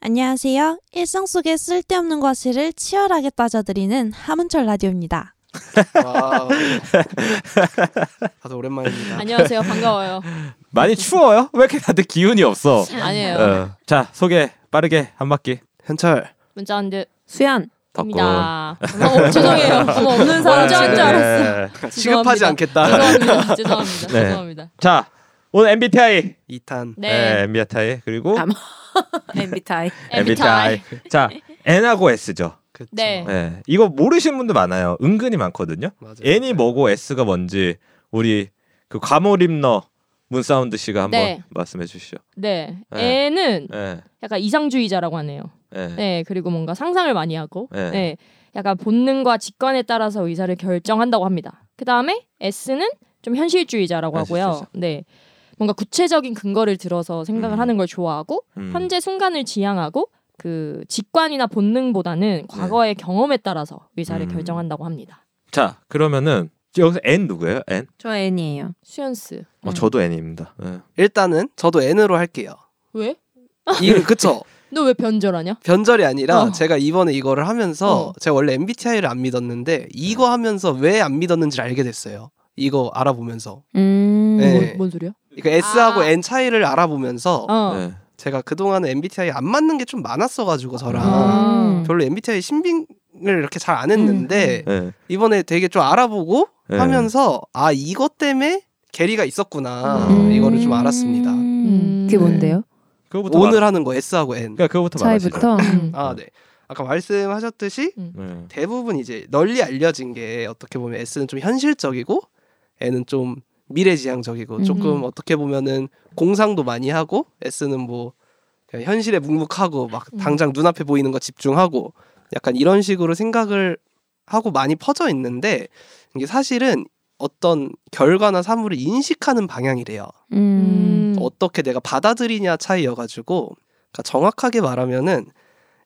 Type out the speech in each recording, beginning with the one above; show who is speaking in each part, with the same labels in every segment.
Speaker 1: 안녕하세요. 일상 속의 쓸데없는 과실을 치열하게 따져드리는 하문철 라디오입니다.
Speaker 2: 와우. 아, 다들 오랜만입니다.
Speaker 3: 안녕하세요. 반가워요.
Speaker 4: 많이 추워요? 왜 이렇게 다들 기운이 없어?
Speaker 3: 아니에요.
Speaker 4: 어. 자 소개 빠르게 한 바퀴
Speaker 2: 현철.
Speaker 3: 문자 한 듯입니다.
Speaker 5: 수연
Speaker 4: 덮고
Speaker 3: 어머, 죄송해요. 어머, 없는 사람
Speaker 4: 네.
Speaker 3: 아, 줄줄 알았어.
Speaker 2: 시급하지 않겠다.
Speaker 3: 죄송합니다. 죄송합니다.
Speaker 4: 네.
Speaker 3: 죄송합니다.
Speaker 4: 자 오늘 MBTI
Speaker 2: 2탄.
Speaker 4: 네,
Speaker 3: 네.
Speaker 4: MBTI 그리고
Speaker 3: 뭐,
Speaker 5: 아, MBTI
Speaker 3: MBTI.
Speaker 4: 자 N하고 S죠.
Speaker 2: 그쵸.
Speaker 3: 네.
Speaker 4: 네, 이거 모르시는 분들 많아요. 은근히 많거든요.
Speaker 2: 맞아요.
Speaker 4: N이 뭐고 S가 뭔지 우리 그 과몰입너 문사운드 씨가 한번
Speaker 3: 네.
Speaker 4: 말씀해 주시죠.
Speaker 3: 네.
Speaker 4: 네.
Speaker 3: 애는
Speaker 4: 네,
Speaker 3: 약간 이상주의자라고 하네요.
Speaker 4: 네,
Speaker 3: 네. 그리고 뭔가 상상을 많이 하고
Speaker 4: 네.
Speaker 3: 네. 약간 본능과 직관에 따라서 의사를 결정한다고 합니다. 그다음에 S는 좀 현실주의자라고 하고요.
Speaker 4: 아, 현실주의자.
Speaker 3: 네. 뭔가 구체적인 근거를 들어서 생각을
Speaker 4: 음.
Speaker 3: 하는 걸 좋아하고
Speaker 4: 음.
Speaker 3: 현재 순간을 지향하고 그 직관이나
Speaker 2: 네.
Speaker 3: 본능보다는 과거의 경험에 따라서 의사를
Speaker 4: 음.
Speaker 3: 결정한다고 합니다.
Speaker 4: 자 그러면은 여기서 N 누구예요? N?
Speaker 5: 저 N이에요.
Speaker 3: 수연스.
Speaker 4: 어, 저도 N입니다. 네.
Speaker 2: 일단은 저도 N으로 할게요.
Speaker 3: 왜?
Speaker 2: 이 그쵸.
Speaker 3: 너 왜 변절하냐?
Speaker 2: 변절이 아니라
Speaker 3: 어.
Speaker 2: 제가 이번에 이거를 하면서
Speaker 3: 어.
Speaker 2: 제가 원래 MBTI를 안 믿었는데 이거 하면서 왜 안 믿었는지를 알게 됐어요. 이거 알아보면서.
Speaker 5: 음.
Speaker 2: 네.
Speaker 3: 뭔, 뭔 소리야?
Speaker 2: 그러니까 S하고
Speaker 3: 아.
Speaker 2: N 차이를 알아보면서
Speaker 3: 어.
Speaker 4: 네.
Speaker 2: 제가 그동안 MBTI 안 맞는 게 좀 많았어가지고 저랑
Speaker 3: 아.
Speaker 2: 별로 MBTI 신빙을 이렇게 잘 안
Speaker 3: 음,
Speaker 2: 했는데
Speaker 4: 네.
Speaker 2: 이번에 되게 좀 알아보고
Speaker 4: 네.
Speaker 2: 하면서 아 이것 때문에 계리가 있었구나
Speaker 4: 음.
Speaker 2: 아, 이거를 좀 알았습니다.
Speaker 5: 음. 그게
Speaker 3: 네.
Speaker 5: 뭔데요?
Speaker 4: 그거부터
Speaker 2: 오늘
Speaker 4: 말-
Speaker 2: 하는 거 S하고 N.
Speaker 4: 그러니까 그거부터
Speaker 5: 차이부터
Speaker 3: 음.
Speaker 2: 아 네. 아까 말씀하셨듯이
Speaker 4: 말하시죠. 네.
Speaker 2: 대부분 이제 널리 알려진 게 어떻게 보면 S는 좀 현실적이고 N은 좀 미래지향적이고 조금
Speaker 3: 음.
Speaker 2: 어떻게 보면은 공상도 많이 하고 S는 뭐 그냥 현실에 묵묵하고 막
Speaker 3: 음.
Speaker 2: 당장 눈앞에 보이는 거 집중하고 약간 이런 식으로 생각을 하고 많이 퍼져 있는데 이게 사실은 어떤 결과나 사물을 인식하는 방향이래요.
Speaker 5: 음.
Speaker 3: 음.
Speaker 2: 어떻게 내가 받아들이냐 차이여가지고 그러니까 정확하게 말하면은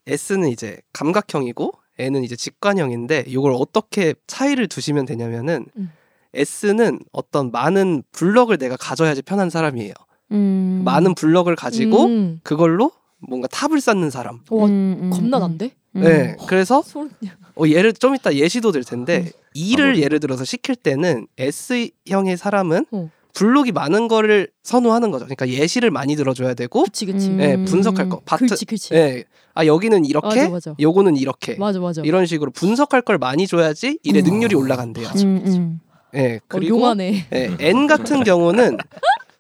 Speaker 2: S는 이제 감각형이고 N은 이제 직관형인데 이걸 어떻게 차이를 두시면 되냐면은
Speaker 3: 음.
Speaker 2: S는 어떤 많은 블럭을 내가 가져야지 편한 사람이에요.
Speaker 5: 음.
Speaker 2: 많은 블럭을 가지고
Speaker 3: 음.
Speaker 2: 그걸로 뭔가 탑을 쌓는 사람.
Speaker 3: 와,
Speaker 5: 음, 음,
Speaker 3: 겁나
Speaker 5: 음.
Speaker 3: 난데?
Speaker 5: 음.
Speaker 2: 네, 그래서
Speaker 3: 소름.
Speaker 2: 어, 예를 좀 이따 예시도 될 텐데
Speaker 3: 음.
Speaker 2: 일을 예를 들어서 시킬 때는 S형의 사람은
Speaker 3: 어.
Speaker 2: 블록이 많은 거를 선호하는 거죠. 그러니까 예시를 많이 들어줘야 되고
Speaker 3: 그치 그치.
Speaker 5: 음.
Speaker 2: 예, 분석할 거. 바트,
Speaker 3: 그치 그치.
Speaker 2: 예. 아 여기는 이렇게,
Speaker 3: 맞아 맞아.
Speaker 2: 요거는 이렇게.
Speaker 3: 맞아 맞아.
Speaker 2: 이런 식으로 분석할 걸 많이 줘야지 일의
Speaker 5: 음.
Speaker 2: 능률이 올라간대요.
Speaker 5: 음, 음.
Speaker 2: 예.
Speaker 3: 어,
Speaker 2: 그리고
Speaker 3: 용하네.
Speaker 2: 예, N 같은 경우는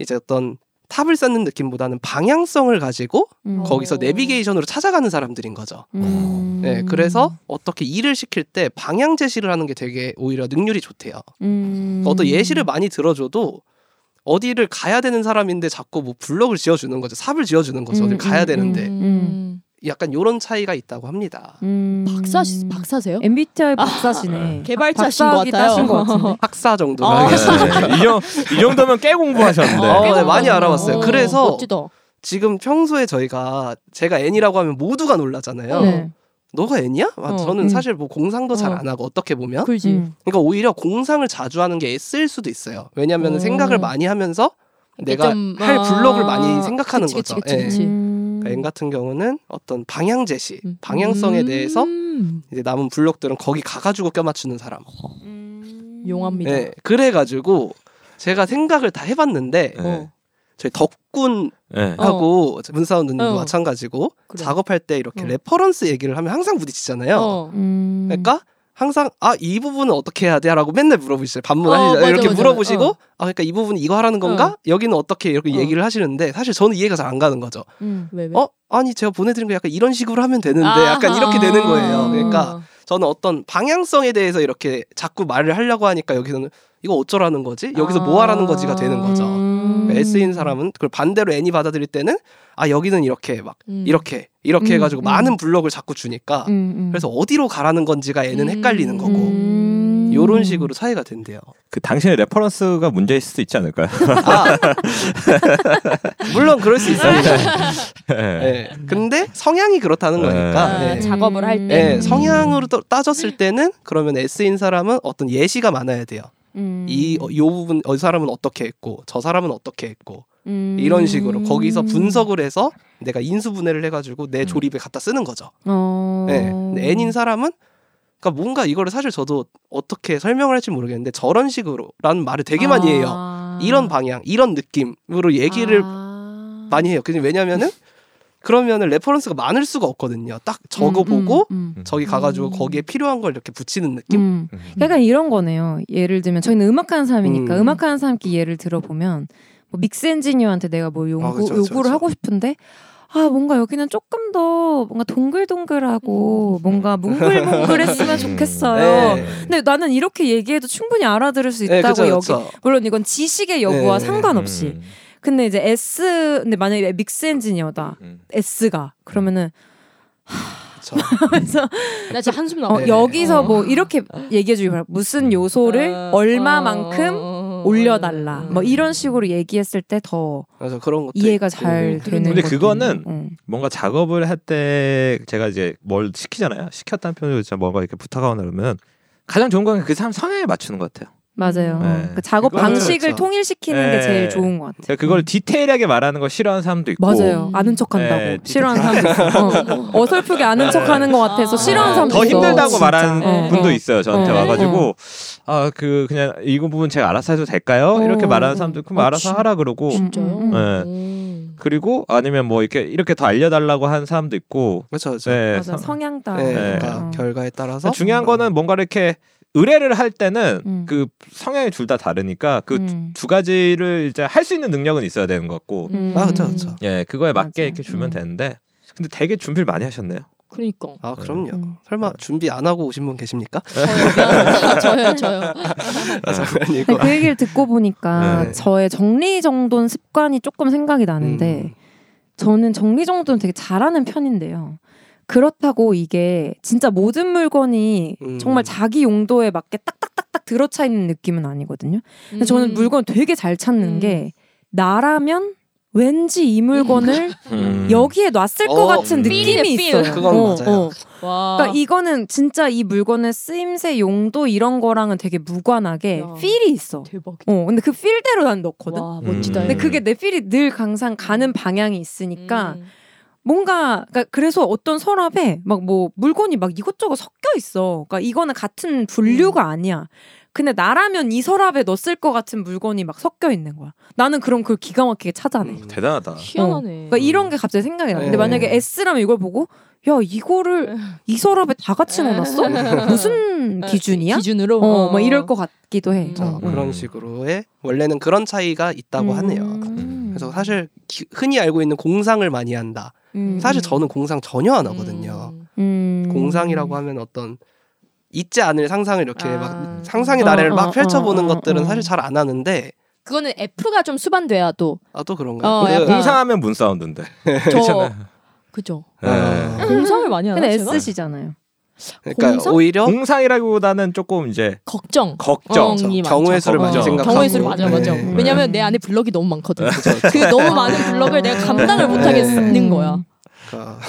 Speaker 2: 이제 어떤 탑을 쌓는 느낌보다는 방향성을 가지고
Speaker 5: 음.
Speaker 2: 거기서
Speaker 3: 어.
Speaker 2: 내비게이션으로 찾아가는 사람들인 거죠.
Speaker 5: 음.
Speaker 2: 예, 그래서 어떻게 일을 시킬 때 방향 제시를 하는 게 되게 오히려 능률이 좋대요.
Speaker 5: 음.
Speaker 2: 어떤 예시를 많이 들어줘도 어디를 가야 되는 사람인데 자꾸 뭐 블럭을 지어주는 거죠. 삽을 지어주는 거죠. 어디
Speaker 5: 음,
Speaker 2: 가야
Speaker 5: 음,
Speaker 2: 되는데
Speaker 3: 음.
Speaker 2: 약간 요런 차이가 있다고 합니다.
Speaker 5: 음.
Speaker 3: 박사 박사세요? 아.
Speaker 5: MBTI 박사시네.
Speaker 3: 개발자신 것
Speaker 5: 박사학위
Speaker 3: 같아요.
Speaker 5: 따신 것 같은데.
Speaker 2: 학사 정도는
Speaker 3: 아.
Speaker 2: 알겠어요.
Speaker 4: 네. 이, 정, 이 정도면 꽤 공부하셨는데.
Speaker 2: 어,
Speaker 3: 깨끗하다.
Speaker 2: 네, 많이 알아봤어요.
Speaker 3: 어,
Speaker 2: 그래서 음.
Speaker 3: 멋지다.
Speaker 2: 지금 평소에 저희가 제가 N이라고 하면 모두가 놀라잖아요.
Speaker 5: 네.
Speaker 2: 너가 N이야? 아,
Speaker 3: 어,
Speaker 2: 저는
Speaker 5: 음.
Speaker 2: 사실 뭐 공상도 잘
Speaker 3: 어.
Speaker 2: 안 하고 어떻게 보면
Speaker 3: 그지.
Speaker 5: 음.
Speaker 2: 그러니까 오히려 공상을 자주 하는 게 S일 수도 있어요. 왜냐하면
Speaker 3: 음.
Speaker 2: 생각을 많이 하면서
Speaker 3: 이렇게
Speaker 2: 내가
Speaker 3: 좀,
Speaker 2: 할
Speaker 3: 아,
Speaker 2: 블록을 많이 생각하는
Speaker 3: 그치, 그치,
Speaker 2: 거죠.
Speaker 3: 그치,
Speaker 2: 예.
Speaker 3: 그치.
Speaker 5: 음.
Speaker 2: 그러니까 N 같은 경우는 어떤 방향 제시,
Speaker 3: 음.
Speaker 2: 방향성에
Speaker 3: 음.
Speaker 2: 대해서 이제 남은 블록들은 거기 가가지고 껴맞추는 사람.
Speaker 5: 음.
Speaker 3: 용합니다.
Speaker 2: 예, 그래가지고 제가 생각을 다 해봤는데
Speaker 4: 네.
Speaker 2: 저희 덕군
Speaker 4: 네.
Speaker 3: 어.
Speaker 2: 하고 문사운드님도
Speaker 3: 어.
Speaker 2: 마찬가지고
Speaker 3: 그래.
Speaker 2: 작업할 때 이렇게
Speaker 3: 어.
Speaker 2: 레퍼런스 얘기를 하면 항상 부딪히잖아요.
Speaker 3: 어.
Speaker 5: 음.
Speaker 2: 그러니까 항상 아 이 부분은 어떻게 해야 돼라고 맨날 물어보시죠.
Speaker 3: 어,
Speaker 2: 반문하시죠.
Speaker 3: 맞아,
Speaker 2: 이렇게
Speaker 3: 맞아.
Speaker 2: 물어보시고
Speaker 3: 어.
Speaker 2: 아 그러니까 이 부분 이거 하라는 건가? 여기는 어떻게 이렇게
Speaker 3: 어.
Speaker 2: 얘기를 하시는데 사실 저는 이해가 잘 안 가는 거죠.
Speaker 5: 음.
Speaker 3: 왜 왜?
Speaker 2: 어 아니 제가 보내드린 거 약간 이런 식으로 하면 되는데 약간
Speaker 3: 아하.
Speaker 2: 이렇게 되는 거예요. 그러니까 저는 어떤 방향성에 대해서 이렇게 자꾸 말을 하려고 하니까 여기서는 이거 어쩌라는 거지? 여기서 뭐 하라는 거지가 되는 거죠.
Speaker 5: 음.
Speaker 2: 그러니까 S인 사람은 그걸 반대로 N이 받아들일 때는 아 여기는 이렇게 막
Speaker 3: 음.
Speaker 2: 이렇게 이렇게
Speaker 5: 음,
Speaker 2: 해가지고
Speaker 5: 음.
Speaker 2: 많은 블록을 자꾸 주니까
Speaker 5: 음, 음.
Speaker 2: 그래서 어디로 가라는 건지가 얘는
Speaker 3: 음.
Speaker 2: 헷갈리는 거고
Speaker 5: 음.
Speaker 2: 요런 식으로 차이가 된대요.
Speaker 4: 그 당신의 레퍼런스가 문제일 수도 있지 않을까요?
Speaker 2: 아, 물론 그럴 수 있습니다.
Speaker 4: 네.
Speaker 2: 예. 근데 성향이 그렇다는
Speaker 4: 네.
Speaker 2: 거니까.
Speaker 3: 아,
Speaker 2: 예.
Speaker 3: 작업을 할 때.
Speaker 2: 예, 성향으로 따- 따졌을 때는 그러면 S인 사람은 어떤 예시가 많아야 돼요.
Speaker 5: 음.
Speaker 2: 이 어, 요 부분 어, 이 사람은 어떻게 했고 저 사람은 어떻게 했고
Speaker 5: 음.
Speaker 2: 이런 식으로 거기서 분석을 해서 내가 인수분해를 해가지고 내
Speaker 3: 음.
Speaker 2: 조립에 갖다 쓰는 거죠.
Speaker 3: 어.
Speaker 2: 네. 근데 N인 사람은 그러니까 뭔가 이거를 사실 저도 어떻게 설명을 할지 모르겠는데 저런 식으로라는 말을 되게 많이 해요. 이런 방향, 이런 느낌으로 얘기를
Speaker 5: 아.
Speaker 2: 많이 해요. 근데 왜냐면은 그러면은 레퍼런스가 많을 수가 없거든요. 딱 저거
Speaker 5: 음,
Speaker 2: 보고
Speaker 5: 음, 음.
Speaker 2: 저기 가가지고
Speaker 5: 음.
Speaker 2: 거기에 필요한 걸 이렇게 붙이는 느낌.
Speaker 5: 음. 약간 이런 거네요. 예를 들면 저희는 음악하는 사람이니까
Speaker 2: 음.
Speaker 5: 음. 악하는 사람끼리 예를 들어보면 뭐 믹스 엔지니어한테 내가 뭐 요구,
Speaker 2: 아, 그쵸, 그쵸,
Speaker 5: 요구를
Speaker 2: 그쵸.
Speaker 5: 하고 싶은데 아 뭔가 여기는 조금 더 뭔가 동글동글하고 뭔가 뭉글뭉글했으면 좋겠어요.
Speaker 2: 네.
Speaker 5: 근데 나는 이렇게 얘기해도 충분히 알아들을 수
Speaker 2: 네,
Speaker 5: 있다고
Speaker 2: 그쵸,
Speaker 5: 여기
Speaker 2: 그쵸.
Speaker 5: 물론 이건 지식의 여부와
Speaker 2: 네.
Speaker 5: 상관없이
Speaker 3: 음.
Speaker 4: 음.
Speaker 5: 근데 이제 S 근데 만약에 믹스 엔지니어다
Speaker 4: 음.
Speaker 5: S가 그러면은
Speaker 2: 그쵸.
Speaker 5: 그래서
Speaker 3: 나 진짜 한숨
Speaker 5: 어,
Speaker 3: 나와.
Speaker 2: 네. 음.
Speaker 5: 여기서
Speaker 3: 어.
Speaker 5: 뭐 이렇게 얘기해주기 바라. 무슨 요소를
Speaker 3: 어,
Speaker 5: 얼마만큼
Speaker 3: 어,
Speaker 5: 올려달라.
Speaker 3: 어,
Speaker 5: 뭐
Speaker 3: 어.
Speaker 5: 이런 식으로 얘기했을 때 더
Speaker 2: 그래서 그런 것도
Speaker 5: 이해가
Speaker 2: 있고.
Speaker 5: 잘
Speaker 3: 그러네.
Speaker 5: 되는. 음.
Speaker 3: 근데
Speaker 5: 것도
Speaker 4: 그거는
Speaker 5: 있고. 응.
Speaker 4: 뭔가 작업을 할 때 제가 이제 뭘 시키잖아요. 시켰다는 표현으로 진짜 뭔가 이렇게 부탁하거나 그러면 가장 좋은 건 그 사람 성향에 맞추는 것 같아요.
Speaker 5: 맞아요.
Speaker 4: 네.
Speaker 5: 그 작업
Speaker 4: 그거는
Speaker 5: 방식을
Speaker 2: 그렇죠.
Speaker 5: 통일시키는 게
Speaker 4: 네.
Speaker 5: 제일 좋은 것 같아요.
Speaker 4: 그러니까 그걸
Speaker 5: 응.
Speaker 4: 디테일하게 말하는 거 싫어하는 사람도
Speaker 5: 음.
Speaker 4: 있고
Speaker 5: 맞아요.
Speaker 2: 뭐.
Speaker 3: 음.
Speaker 5: 아는 척한다고
Speaker 4: 네,
Speaker 5: 싫어하는 사람도 있어. 어. 설프게 아는
Speaker 4: 네.
Speaker 5: 척하는 것 같아서
Speaker 3: 아.
Speaker 5: 싫어하는
Speaker 3: 네.
Speaker 5: 사람도
Speaker 4: 더
Speaker 5: 있어.
Speaker 4: 힘들다고
Speaker 5: 진짜. 네.
Speaker 4: 말하는
Speaker 5: 어.
Speaker 4: 분도
Speaker 3: 어.
Speaker 4: 있어요. 저한테
Speaker 5: 어.
Speaker 4: 와가지고 아 그 그냥 이 부분 제가 알아서 해도 될까요? 이렇게
Speaker 5: 어.
Speaker 4: 말하는 사람도 있고 뭐
Speaker 3: 어,
Speaker 4: 알아서
Speaker 3: 진-
Speaker 4: 하라 그러고
Speaker 3: 진짜요?
Speaker 5: 음,
Speaker 4: 음.
Speaker 3: 음.
Speaker 4: 그리고 아니면 뭐 이렇게 이렇게 더 알려달라고 하는 사람도 있고
Speaker 2: 그렇죠, 그렇죠.
Speaker 4: 네.
Speaker 5: 맞아.
Speaker 4: 성-
Speaker 5: 성향 따라.
Speaker 2: 네,
Speaker 4: 네.
Speaker 2: 그러니까
Speaker 5: 어.
Speaker 2: 결과에 따라서
Speaker 4: 중요한 거는 뭔가 이렇게 의뢰를 할 때는
Speaker 5: 음.
Speaker 4: 그 성향이 둘 다 다르니까 그 두
Speaker 5: 음.
Speaker 4: 가지를 이제 할 수 있는 능력은 있어야 되는 것 같고
Speaker 5: 음.
Speaker 2: 아, 그렇죠, 그렇죠.
Speaker 4: 예 그거에 맞게
Speaker 5: 맞아요.
Speaker 4: 이렇게 주면
Speaker 5: 음.
Speaker 4: 되는데 근데 되게 준비를 많이 하셨네요.
Speaker 3: 그러니까.
Speaker 2: 아,
Speaker 4: 네.
Speaker 2: 그럼요.
Speaker 5: 음.
Speaker 2: 설마 준비 안 하고 오신 분 계십니까?
Speaker 3: 저요, 저요, 저요.
Speaker 2: 아, 장난이고.
Speaker 5: 근데 그 얘기를 듣고 보니까
Speaker 4: 네.
Speaker 5: 저의 정리정돈 습관이 조금 생각이 나는데
Speaker 2: 음.
Speaker 5: 저는 정리정돈 되게 잘하는 편인데요. 그렇다고 이게 진짜 모든 물건이
Speaker 2: 음.
Speaker 5: 정말 자기 용도에 맞게 딱딱딱딱 들어차 있는 느낌은 아니거든요. 근데 저는 물건 되게 잘 찾는
Speaker 3: 음.
Speaker 5: 게 나라면 왠지 이 물건을 음.
Speaker 3: 음.
Speaker 5: 여기에 놨을 것
Speaker 2: 음. 어,
Speaker 5: 같은
Speaker 4: 음.
Speaker 5: 느낌이
Speaker 3: 필이네, 필.
Speaker 5: 있어요.
Speaker 2: 그건 맞아요.
Speaker 3: 음. 와.
Speaker 5: 그러니까 이거는 진짜 이 물건의 쓰임새, 용도 이런 거랑은 되게 무관하게
Speaker 3: 야.
Speaker 5: 필이 있어.
Speaker 3: 대박.
Speaker 5: 어, 근데 그 필대로 난 넣거든.
Speaker 3: 와,
Speaker 4: 음.
Speaker 3: 멋지다. 음.
Speaker 5: 근데
Speaker 4: 음.
Speaker 5: 그게 그러니까 내 필이 늘 항상 가는 방향이 있으니까 뭔가 그러니까 그래서 어떤 서랍에 막 뭐 물건이 막 이것저것 섞여 있어. 그러니까 이거는 같은
Speaker 2: 음.
Speaker 5: 분류가 아니야. 근데 나라면 이 서랍에 넣었을 것 같은 물건이 막 섞여 있는 거야. 나는 그럼 그걸 기가 막히게 찾아내. 네.
Speaker 2: 음.
Speaker 4: 대단하다.
Speaker 3: 희한하네.
Speaker 5: 그러니까 이런 게 갑자기 생각이 나. 근데
Speaker 2: 네. 음.
Speaker 5: 만약에 S라면 이걸 보고 야 이거를 이 서랍에 다 같이 넣어놨어? 무슨 기준이야?
Speaker 3: 네, 기준으로
Speaker 5: 어, 막 이럴 것 같기도 해.
Speaker 2: 자,
Speaker 5: 어.
Speaker 3: 음.
Speaker 2: 그런 식으로의 원래는 그런 차이가 있다고
Speaker 5: 음.
Speaker 2: 하네요. 그래서 사실 기- 흔히 알고 있는 공상을 많이 한다.
Speaker 5: 음.
Speaker 2: 사실 저는 공상 전혀 안 하거든요.
Speaker 5: 음.
Speaker 2: 공상이라고 하면 어떤 있지 않을 상상을 이렇게
Speaker 3: 아.
Speaker 2: 막 상상의
Speaker 5: 어,
Speaker 2: 나래를
Speaker 5: 어,
Speaker 2: 막
Speaker 5: 어,
Speaker 2: 펼쳐보는
Speaker 5: 어,
Speaker 2: 것들은
Speaker 5: 어.
Speaker 2: 사실 잘 안 하는데
Speaker 3: 그거는 F가 좀 수반돼야 또.
Speaker 2: 아 또 그런가요?
Speaker 3: 어,
Speaker 2: 그-
Speaker 3: 약간-
Speaker 4: 공상하면 문 사운드인데.
Speaker 2: 네,
Speaker 4: 예.
Speaker 3: 저 그죠.
Speaker 4: 네.
Speaker 2: 아,
Speaker 3: 공상을 많이 하나
Speaker 5: 근데
Speaker 3: 제가?
Speaker 2: 음.
Speaker 5: S시잖아요.
Speaker 2: 그러니까
Speaker 3: 공상?
Speaker 5: 어?
Speaker 2: 오히려
Speaker 4: 공상이라기보다는 조금 이제
Speaker 3: 걱정.
Speaker 4: 걱정.
Speaker 3: 이 어.
Speaker 2: 경우의 수를
Speaker 4: 많이 생각하고.
Speaker 3: 경우의 수를 맞아 맞아.
Speaker 5: 음.
Speaker 2: 네.
Speaker 3: 왜냐면 내 안에 블럭이 너무 많거든.
Speaker 2: 그렇죠.
Speaker 3: 그 너무 많은 블럭을 내가 감당을 못 하겠는 거야.
Speaker 2: 그러니까-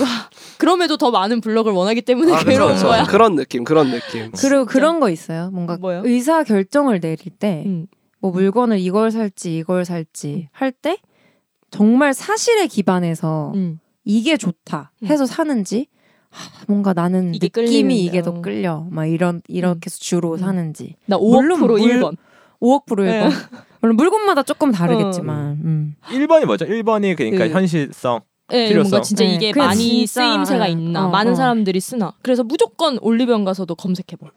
Speaker 3: 그럼에도 더 많은 블럭을 원하기 때문에
Speaker 2: 아,
Speaker 3: 괴로운
Speaker 2: 그렇죠.
Speaker 3: 거야.
Speaker 2: 그런 느낌, 그런 느낌.
Speaker 5: 그리고 그런 거 있어요. 뭔가
Speaker 3: 뭐요?
Speaker 5: 의사 결정을 내릴 때 뭐
Speaker 3: 음.
Speaker 5: 물건을 이걸 살지 이걸 살지 할 때 정말 사실에 기반해서
Speaker 3: 음.
Speaker 5: 이게 좋다 해서 사는지 하, 뭔가 나는
Speaker 3: 이게
Speaker 5: 느낌이
Speaker 3: 끌리는데,
Speaker 5: 이게
Speaker 3: 어.
Speaker 5: 더 끌려 막 이런 이렇게 해서 주로
Speaker 3: 음.
Speaker 5: 사는지
Speaker 3: 나
Speaker 5: 물론
Speaker 3: 5억 프로
Speaker 5: 물-
Speaker 3: 1번.
Speaker 5: 5억 프로
Speaker 3: 네. 어.
Speaker 5: 1번 물론 물건마다 조금 다르겠지만 음.
Speaker 4: 1번이 뭐죠? 1번이 그러니까
Speaker 3: 그-
Speaker 4: 현실성.
Speaker 3: 예,
Speaker 4: 필요성.
Speaker 3: 뭔가 진짜
Speaker 5: 네,
Speaker 3: 이게
Speaker 5: 그냥
Speaker 3: 많이
Speaker 5: 진짜,
Speaker 3: 쓰임새가
Speaker 5: 예.
Speaker 3: 있나
Speaker 5: 어,
Speaker 3: 많은
Speaker 5: 어.
Speaker 3: 사람들이 쓰나 그래서 무조건 올리브영 가서도 검색해봐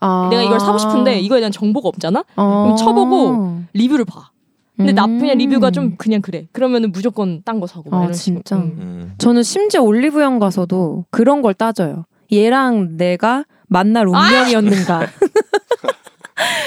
Speaker 5: 아.
Speaker 3: 내가 이걸 사고 싶은데 이거에 대한 정보가 없잖아
Speaker 5: 어.
Speaker 3: 그럼 쳐보고 리뷰를 봐 근데 나 그냥
Speaker 5: 음.
Speaker 3: 리뷰가 좀 그냥 그래 그러면은 무조건 딴 거 사고 막
Speaker 5: 아,
Speaker 3: 이런 식으로.
Speaker 5: 진짜?
Speaker 3: 음.
Speaker 4: 음.
Speaker 5: 저는 심지어 올리브영 가서도 그런 걸 따져요. 얘랑 내가 만날 운명이었는가.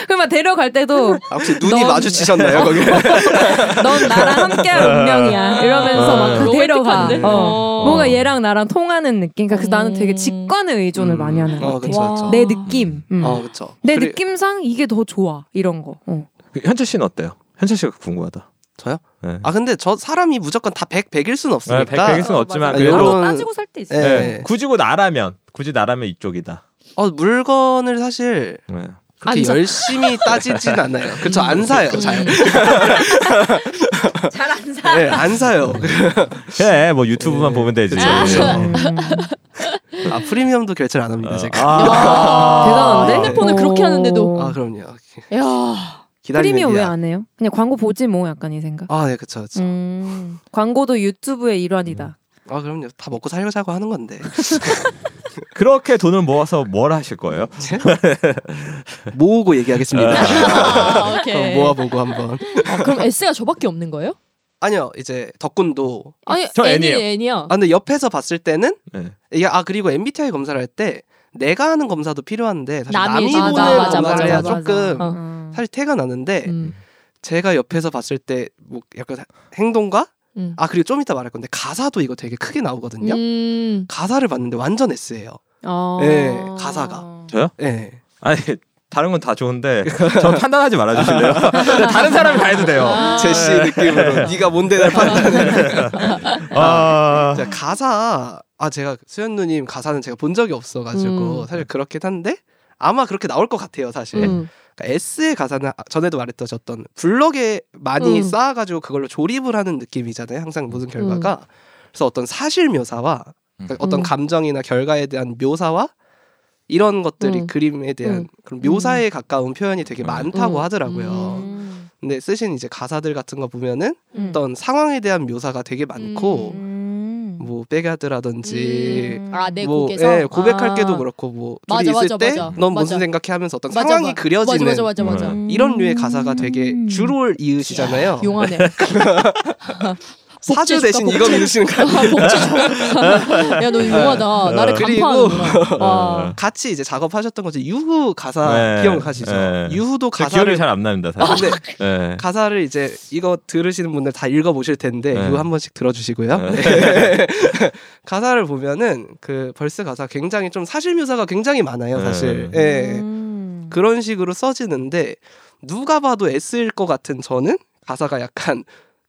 Speaker 5: 그럼 막 데려갈 때도
Speaker 2: 아, 혹시 눈이
Speaker 5: 넌-
Speaker 2: 마주치셨나요, 거기?
Speaker 5: 넌 나랑 함께할 운명이야 이러면서
Speaker 4: 아,
Speaker 5: 막그 데려가.
Speaker 3: 로맨틱한데?
Speaker 5: 어.
Speaker 3: 어.
Speaker 5: 뭔가 얘랑 나랑 통하는 느낌. 그러니까 그 나는 되게 직관의 의존을
Speaker 2: 음.
Speaker 5: 많이 하는
Speaker 2: 어,
Speaker 5: 것 같아.
Speaker 2: 그쵸, 그쵸.
Speaker 3: 와.
Speaker 5: 내 느낌. 음.
Speaker 2: 아, 그렇죠.
Speaker 5: 내 느낌상 이게 더 좋아 이런 거. 어.
Speaker 4: 그 현철 씨는 어때요? 현철 씨가 궁금하다.
Speaker 2: 저요?
Speaker 4: 네.
Speaker 2: 아, 근데 저 사람이 무조건 다 100, 100일 네, 순 없으니까.
Speaker 4: 백백일 순
Speaker 5: 어,
Speaker 4: 없지만
Speaker 2: 맞아.
Speaker 4: 그래도
Speaker 2: 요런-
Speaker 5: 나도 따지고 살 때 있어.
Speaker 2: 예.
Speaker 4: 네. 굳이고 나라면 굳이 나라면 이쪽이다.
Speaker 2: 어, 물건을 사실
Speaker 4: 네.
Speaker 2: 그렇게
Speaker 3: 안 사-
Speaker 2: 열심히 따지진 않아요. 그렇죠.
Speaker 5: 음.
Speaker 2: 안 사요. 잘.
Speaker 5: 잘 안 사.
Speaker 2: 네, 안 사요.
Speaker 4: 예, 뭐 유튜브만
Speaker 2: 예.
Speaker 4: 보면 되지.
Speaker 2: 그쵸,
Speaker 4: 예. 어.
Speaker 2: 그쵸.
Speaker 5: 음.
Speaker 2: 아 프리미엄도 결제를 안 합니다. 제가.
Speaker 4: 아.
Speaker 5: 대단한데?
Speaker 3: 핸드폰을 그렇게 하는데도.
Speaker 2: 어. 아 그럼요.
Speaker 3: 야.
Speaker 2: 그 기다리면
Speaker 5: 프리미엄 왜 안 해요? 그냥 광고 보지 뭐 약간 이 생각.
Speaker 2: 아, 네, 그렇죠. 그렇죠.
Speaker 5: 음, 광고도 유튜브의 일환이다.
Speaker 2: 아, 그럼요. 다 먹고 살려자고 하는 건데.
Speaker 4: 그렇게 돈을 모아서 뭘 하실 거예요?
Speaker 2: 모으고 얘기하겠습니다.
Speaker 3: 아,
Speaker 2: 그럼
Speaker 3: 오케이.
Speaker 2: 모아보고 한번.
Speaker 3: 아, 그럼 S가 저밖에 없는 거예요?
Speaker 2: 아니요, 이제 덕군도.
Speaker 3: 아니,
Speaker 4: 저
Speaker 3: N이
Speaker 4: N이에요.
Speaker 2: 아,
Speaker 3: N이요.
Speaker 2: 근데 옆에서 봤을 때는
Speaker 4: 예.
Speaker 2: 이게 아 그리고 MBTI 검사를 할 때 내가 하는 검사도 필요한데 사실 남이,
Speaker 3: 남이
Speaker 2: 보는
Speaker 3: 맞아,
Speaker 2: 검사를
Speaker 3: 맞아, 맞아,
Speaker 2: 해야
Speaker 3: 맞아.
Speaker 2: 조금
Speaker 3: 어.
Speaker 5: 음.
Speaker 2: 사실 태가 나는데
Speaker 3: 음.
Speaker 2: 제가 옆에서 봤을 때 뭐 약간 행동과
Speaker 3: 음.
Speaker 2: 아 그리고 좀 이따 말할 건데 가사도 이거 되게 크게 나오거든요.
Speaker 3: 음.
Speaker 2: 가사를 봤는데 완전 S예요.
Speaker 5: 어.
Speaker 2: 예, 가사가.
Speaker 4: 저요?
Speaker 2: 예. 네.
Speaker 4: 아니 다른 건 다 좋은데 저 판단하지 말아주실래요? 다른 사람이 다 해도 돼요.
Speaker 3: 아.
Speaker 2: 제시 느낌으로 네가 뭔데 날 판단해.
Speaker 4: 아,
Speaker 2: 자, 가사 아 제가 수현 누님 가사는 제가 본 적이 없어가지고
Speaker 3: 음.
Speaker 2: 사실 그렇긴 한데 아마 그렇게 나올 것 같아요 사실
Speaker 3: 음.
Speaker 2: 그러니까 S의 가사는 아- 전에도 말했던 어떤 블럭에 많이
Speaker 3: 음.
Speaker 2: 쌓아가지고 그걸로 조립을 하는 느낌이잖아요 항상 모든 결과가 그래서 어떤 사실 묘사와 그러니까
Speaker 3: 음.
Speaker 2: 어떤 감정이나 결과에 대한 묘사와 이런 것들이
Speaker 3: 음.
Speaker 2: 그림에 대한
Speaker 3: 음.
Speaker 2: 그런 묘사에 가까운 표현이 되게
Speaker 4: 음.
Speaker 2: 많다고
Speaker 3: 음.
Speaker 2: 하더라고요
Speaker 5: 음.
Speaker 2: 근데 쓰신 이제 가사들 같은 거 보면은
Speaker 5: 음.
Speaker 2: 어떤 상황에 대한 묘사가 되게 많고
Speaker 5: 음.
Speaker 2: 뭐 빼가드라든지
Speaker 5: 음.
Speaker 3: 아, 내
Speaker 2: 뭐
Speaker 3: 곡에서
Speaker 2: 예, 고백할
Speaker 3: 아.
Speaker 2: 때도 그렇고 뭐
Speaker 3: 맞아,
Speaker 2: 둘이
Speaker 3: 맞아,
Speaker 2: 있을 때
Speaker 3: 맞아.
Speaker 2: 넌 무슨
Speaker 3: 맞아.
Speaker 2: 생각해 하면서 어떤
Speaker 3: 맞아,
Speaker 2: 상황이
Speaker 3: 맞아. 맞아
Speaker 2: 그려지는
Speaker 3: 맞아 맞아 맞아.
Speaker 4: 음.
Speaker 2: 이런 류의 가사가 되게
Speaker 5: 음.
Speaker 2: 주로 이으시잖아요.
Speaker 3: 음. 용하네.
Speaker 2: 사주 대신
Speaker 3: 복제
Speaker 2: 이거
Speaker 3: 줄까?
Speaker 2: 믿으시는 거
Speaker 3: 아, 야너 용하다. 나를
Speaker 2: 어. 그리고- 어.
Speaker 3: 간파하는구나. 와.
Speaker 2: 같이 이제 작업하셨던 거죠. 유후 가사
Speaker 4: 네.
Speaker 2: 기억하시죠?
Speaker 4: 네.
Speaker 2: 유후도
Speaker 4: 제 기억이
Speaker 2: 가사를 아.
Speaker 4: 잘 안 납니다. 사실.
Speaker 2: 근데
Speaker 4: 예.
Speaker 2: 가사를 이제 이거 들으시는 분들 다 읽어보실 텐데
Speaker 4: 네.
Speaker 2: 이거 한 번씩 들어주시고요.
Speaker 4: 네.
Speaker 2: 네. 가사를 보면은 그 벌스 가사 굉장히 좀 사실 묘사가 굉장히 많아요, 사실.
Speaker 4: 네.
Speaker 2: 예.
Speaker 5: 음.
Speaker 2: 그런 식으로 써지는데 누가 봐도 S일 것 같은 저는 가사가 약간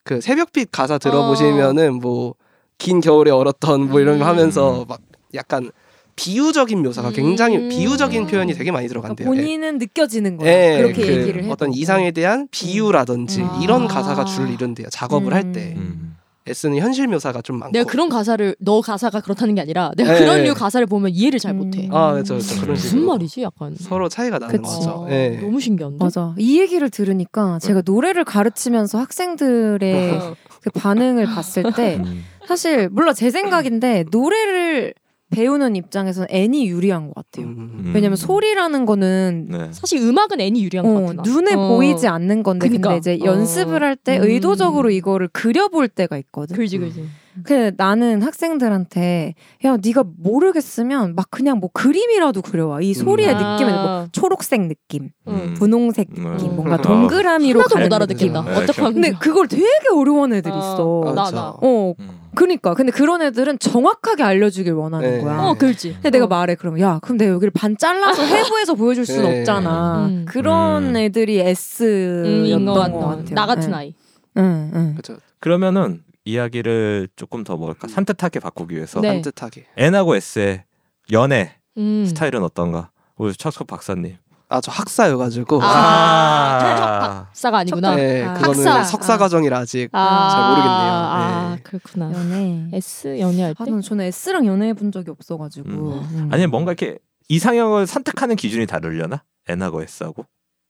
Speaker 2: 그 새벽빛 가사
Speaker 5: 아.
Speaker 2: 들어보시면은 뭐 긴 겨울에 얼었던 뭐
Speaker 5: 음.
Speaker 2: 이런 거 하면서 막 약간 비유적인 묘사가 굉장히
Speaker 3: 음.
Speaker 2: 비유적인 표현이 되게 많이
Speaker 5: 그러니까
Speaker 2: 들어간대요.
Speaker 5: 본인은 느껴지는 거야.
Speaker 2: 예,
Speaker 5: 그렇게
Speaker 2: 네. 그
Speaker 5: 얘기를 해.
Speaker 2: 어떤 이상에 대한 비유라든지
Speaker 3: 음.
Speaker 2: 이런
Speaker 3: 아.
Speaker 2: 가사가 주를 이룬대요.
Speaker 5: 음.
Speaker 2: 작업을 할 때.
Speaker 4: 음.
Speaker 2: S는 현실 묘사가 좀 많고.
Speaker 3: 내가 그런 가사를 너 가사가 그렇다는 게 아니라 내가
Speaker 2: 네.
Speaker 3: 그런 류 가사를 보면 이해를 잘 못해.
Speaker 5: 음.
Speaker 2: 아, 그렇죠. 그렇죠. 그런 식으로.
Speaker 4: 무슨
Speaker 3: 무슨 말이지? 약간.
Speaker 2: 서로 차이가 나는
Speaker 5: 그치. 어,
Speaker 2: 거죠.
Speaker 3: 아,
Speaker 2: 예.
Speaker 3: 너무 신기한데.
Speaker 5: 맞아. 이 얘기를 들으니까 제가 노래를 가르치면서 학생들의
Speaker 3: 어.
Speaker 5: 그 반응을 봤을 때
Speaker 4: 음.
Speaker 5: 사실 물론 제 생각인데
Speaker 3: 음.
Speaker 5: 노래를 배우는 입장에서는 N이 유리한 것 같아요.
Speaker 2: 음.
Speaker 5: 왜냐면 소리라는 거는
Speaker 4: 네.
Speaker 3: 사실 음악은 N이 유리한 것
Speaker 5: 어,
Speaker 3: 같아. 나.
Speaker 5: 눈에
Speaker 3: 어.
Speaker 5: 보이지 않는 건데
Speaker 3: 그니까.
Speaker 5: 근데 이제
Speaker 3: 어.
Speaker 5: 연습을 할 때
Speaker 3: 음.
Speaker 5: 의도적으로 이거를 그려볼 때가 있거든.
Speaker 3: 그지
Speaker 2: 음.
Speaker 3: 그지.
Speaker 5: 그 나는 학생들한테 야 네가 모르겠으면 막 그냥 뭐 그림이라도 그려와 이 소리의
Speaker 2: 음.
Speaker 5: 느낌은
Speaker 3: 아.
Speaker 5: 뭐 초록색 느낌,
Speaker 3: 음.
Speaker 5: 분홍색 느낌,
Speaker 3: 음.
Speaker 5: 뭔가
Speaker 2: 아.
Speaker 5: 동그라미로
Speaker 3: 하나도
Speaker 5: 가는
Speaker 3: 못 알아듣겠다.
Speaker 5: 느낌.
Speaker 4: 네,
Speaker 3: 어떻게 하면
Speaker 5: 근데 그걸 되게 어려워하는 애들이 있어.
Speaker 2: 아,
Speaker 3: 나
Speaker 2: 그쵸.
Speaker 3: 나.
Speaker 5: 어,
Speaker 4: 음.
Speaker 5: 그러니까 근데 그런 애들은 정확하게 알려주길 원하는
Speaker 2: 네.
Speaker 5: 거야.
Speaker 3: 어, 그렇지.
Speaker 5: 근데 내가 말해 그럼 야 그럼 내가 여기를 반 잘라서 회부해서 보여줄 순
Speaker 2: 네.
Speaker 5: 없잖아.
Speaker 3: 음.
Speaker 5: 그런
Speaker 4: 음.
Speaker 5: 애들이 S였던
Speaker 3: 인것
Speaker 5: 것
Speaker 3: 같다.
Speaker 5: 같아요.
Speaker 3: 음. 나 같은
Speaker 5: 네.
Speaker 3: 아이.
Speaker 5: 응, 응.
Speaker 2: 그렇죠.
Speaker 4: 그러면은 이야기를 조금 더 뭘까 산뜻하게 바꾸기 위해서
Speaker 5: 예.
Speaker 3: 네.
Speaker 2: 산뜻하게.
Speaker 4: N하고 S의 연애
Speaker 3: 음.
Speaker 4: 스타일은 어떤가? 우리 척석 박사님.
Speaker 2: 아 저 학사여가지고.
Speaker 3: 아, 박사가 아니구나.
Speaker 2: 네,
Speaker 5: 아.
Speaker 2: 그거는
Speaker 3: 학사.
Speaker 2: 석사 과정이라 아직
Speaker 3: 아,
Speaker 2: 잘 모르겠네요.
Speaker 3: 아,
Speaker 2: 네.
Speaker 3: 그렇구나.
Speaker 5: 연애.
Speaker 3: S 연애할 때.
Speaker 5: 아, 난 저는 S랑 연애해 본 적이 없어가지고.
Speaker 4: 음.
Speaker 5: 음.
Speaker 4: 아니 뭔가 이렇게 이상형을 선택하는 기준이 다르려나? N하고 S하고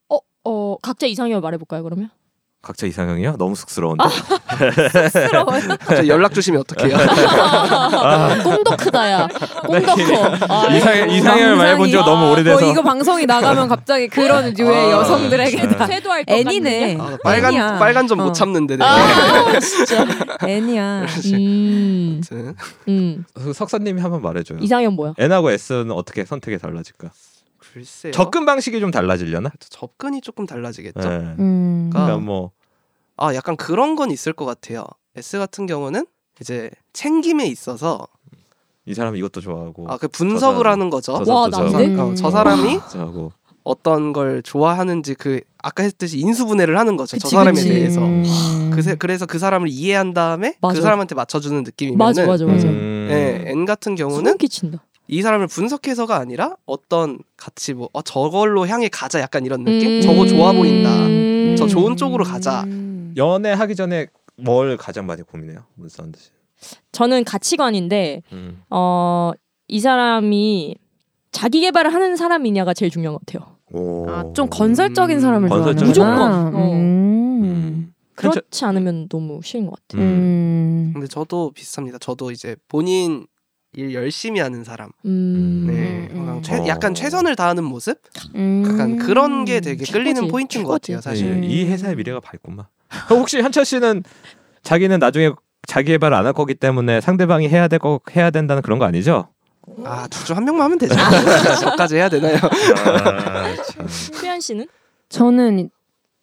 Speaker 3: 어, 어, 각자 이상형을 말해볼까요, 그러면?
Speaker 4: 각자 이상형이요? 너무 쑥스러운데. 네.
Speaker 2: 갑자기 연락 주시면 어떡해요?
Speaker 4: 아,
Speaker 2: 아.
Speaker 3: 꽁도 크다야. 꽁도 커. 아,
Speaker 2: 예.
Speaker 4: 이상 이상형을
Speaker 5: 망상이-
Speaker 4: 말해본 지가 너무 오래돼서.
Speaker 5: 어, 이거 방송이 나가면 갑자기 그런 류의
Speaker 2: 아,
Speaker 5: 여성들에게 다
Speaker 3: 예. 쇄도할 것
Speaker 5: 애니네.
Speaker 2: 아, 빨간
Speaker 5: 애니야.
Speaker 2: 빨간 점 못
Speaker 5: 어.
Speaker 2: 참는데.
Speaker 3: 아, 진짜.
Speaker 5: 애니야.
Speaker 2: 네.
Speaker 3: 음,
Speaker 2: 아무튼
Speaker 3: 음.
Speaker 4: 석사님이 한번 말해줘요.
Speaker 3: 이상형 뭐야?
Speaker 4: N하고 S는 어떻게 선택이 달라질까?
Speaker 2: 글쎄요.
Speaker 4: 접근 방식이 좀 달라지려나?
Speaker 2: 접근이 조금 달라지겠죠.
Speaker 4: 예.
Speaker 5: 음.
Speaker 2: 아.
Speaker 4: 그러니까 뭐
Speaker 2: 아 약간 그런 건 있을 것 같아요. S 같은 경우는 이제 챙김에 있어서
Speaker 4: 이 사람 이것도 좋아하고
Speaker 2: 아 그 분석을
Speaker 4: 저는-
Speaker 2: 하는 거죠.
Speaker 4: 저
Speaker 3: 와, 음.
Speaker 4: 사람도
Speaker 2: 저,
Speaker 3: 남들?
Speaker 5: 네?
Speaker 2: 어, 저 사람이
Speaker 4: 아, 저하고
Speaker 2: 어떤 걸 좋아하는지 그 아까 했듯이 인수분해를 하는 거죠.
Speaker 3: 그치,
Speaker 2: 저 사람에
Speaker 3: 그치.
Speaker 2: 대해서.
Speaker 5: 음.
Speaker 2: 그세, 그래서 그 사람을 이해한 다음에
Speaker 3: 맞아.
Speaker 2: 그 사람한테 맞춰주는 느낌이면은
Speaker 3: 네, 맞아, 맞아, 맞아.
Speaker 5: 음.
Speaker 2: 예, N 같은 경우는
Speaker 3: 소름 끼친다.
Speaker 2: 이 사람을 분석해서가 아니라 어떤 같이 뭐 어, 저걸로 향해 가자 약간 이런 느낌?
Speaker 3: 음.
Speaker 2: 저거 좋아 보인다.
Speaker 3: 음.
Speaker 2: 그, 저 좋은 쪽으로 가자.
Speaker 5: 음.
Speaker 4: 연애 하기 전에 뭘 가장 많이 고민해요, 문선드 씨?
Speaker 3: 저는 가치관인데
Speaker 4: 음.
Speaker 3: 어, 이 사람이 자기 개발을 하는 사람이냐가 제일 중요한 것 같아요.
Speaker 4: 오.
Speaker 5: 아, 좀 건설적인
Speaker 2: 음.
Speaker 5: 사람을 좋아하는
Speaker 4: 어. 건설적인
Speaker 3: 사람. 무조건. 어.
Speaker 5: 음.
Speaker 4: 음.
Speaker 3: 그렇지 않으면 너무 싫은 것 같아요.
Speaker 5: 음.
Speaker 2: 근데 저도 비슷합니다. 저도 이제 본인 일 열심히 하는 사람.
Speaker 3: 음.
Speaker 2: 네.
Speaker 5: 음, 음.
Speaker 2: 최-
Speaker 4: 어.
Speaker 2: 약간 최선을 다하는 모습?
Speaker 5: 음.
Speaker 2: 약간 그런 게 되게 끌리는
Speaker 3: 최고지,
Speaker 2: 포인트인 것
Speaker 3: 최고지.
Speaker 2: 같아요, 사실.
Speaker 4: 예, 이 회사의 미래가 밝구만. 그럼 혹시 현철 씨는 자기는 나중에 자기 개발 안 할 거기 때문에 상대방이 해야 될 거 해야 된다는 그런 거 아니죠?
Speaker 2: 아, 둘 중 한 명만 하면 되죠. 저까지 해야 되나요?
Speaker 4: 아,
Speaker 3: 수현 씨는?
Speaker 5: 저는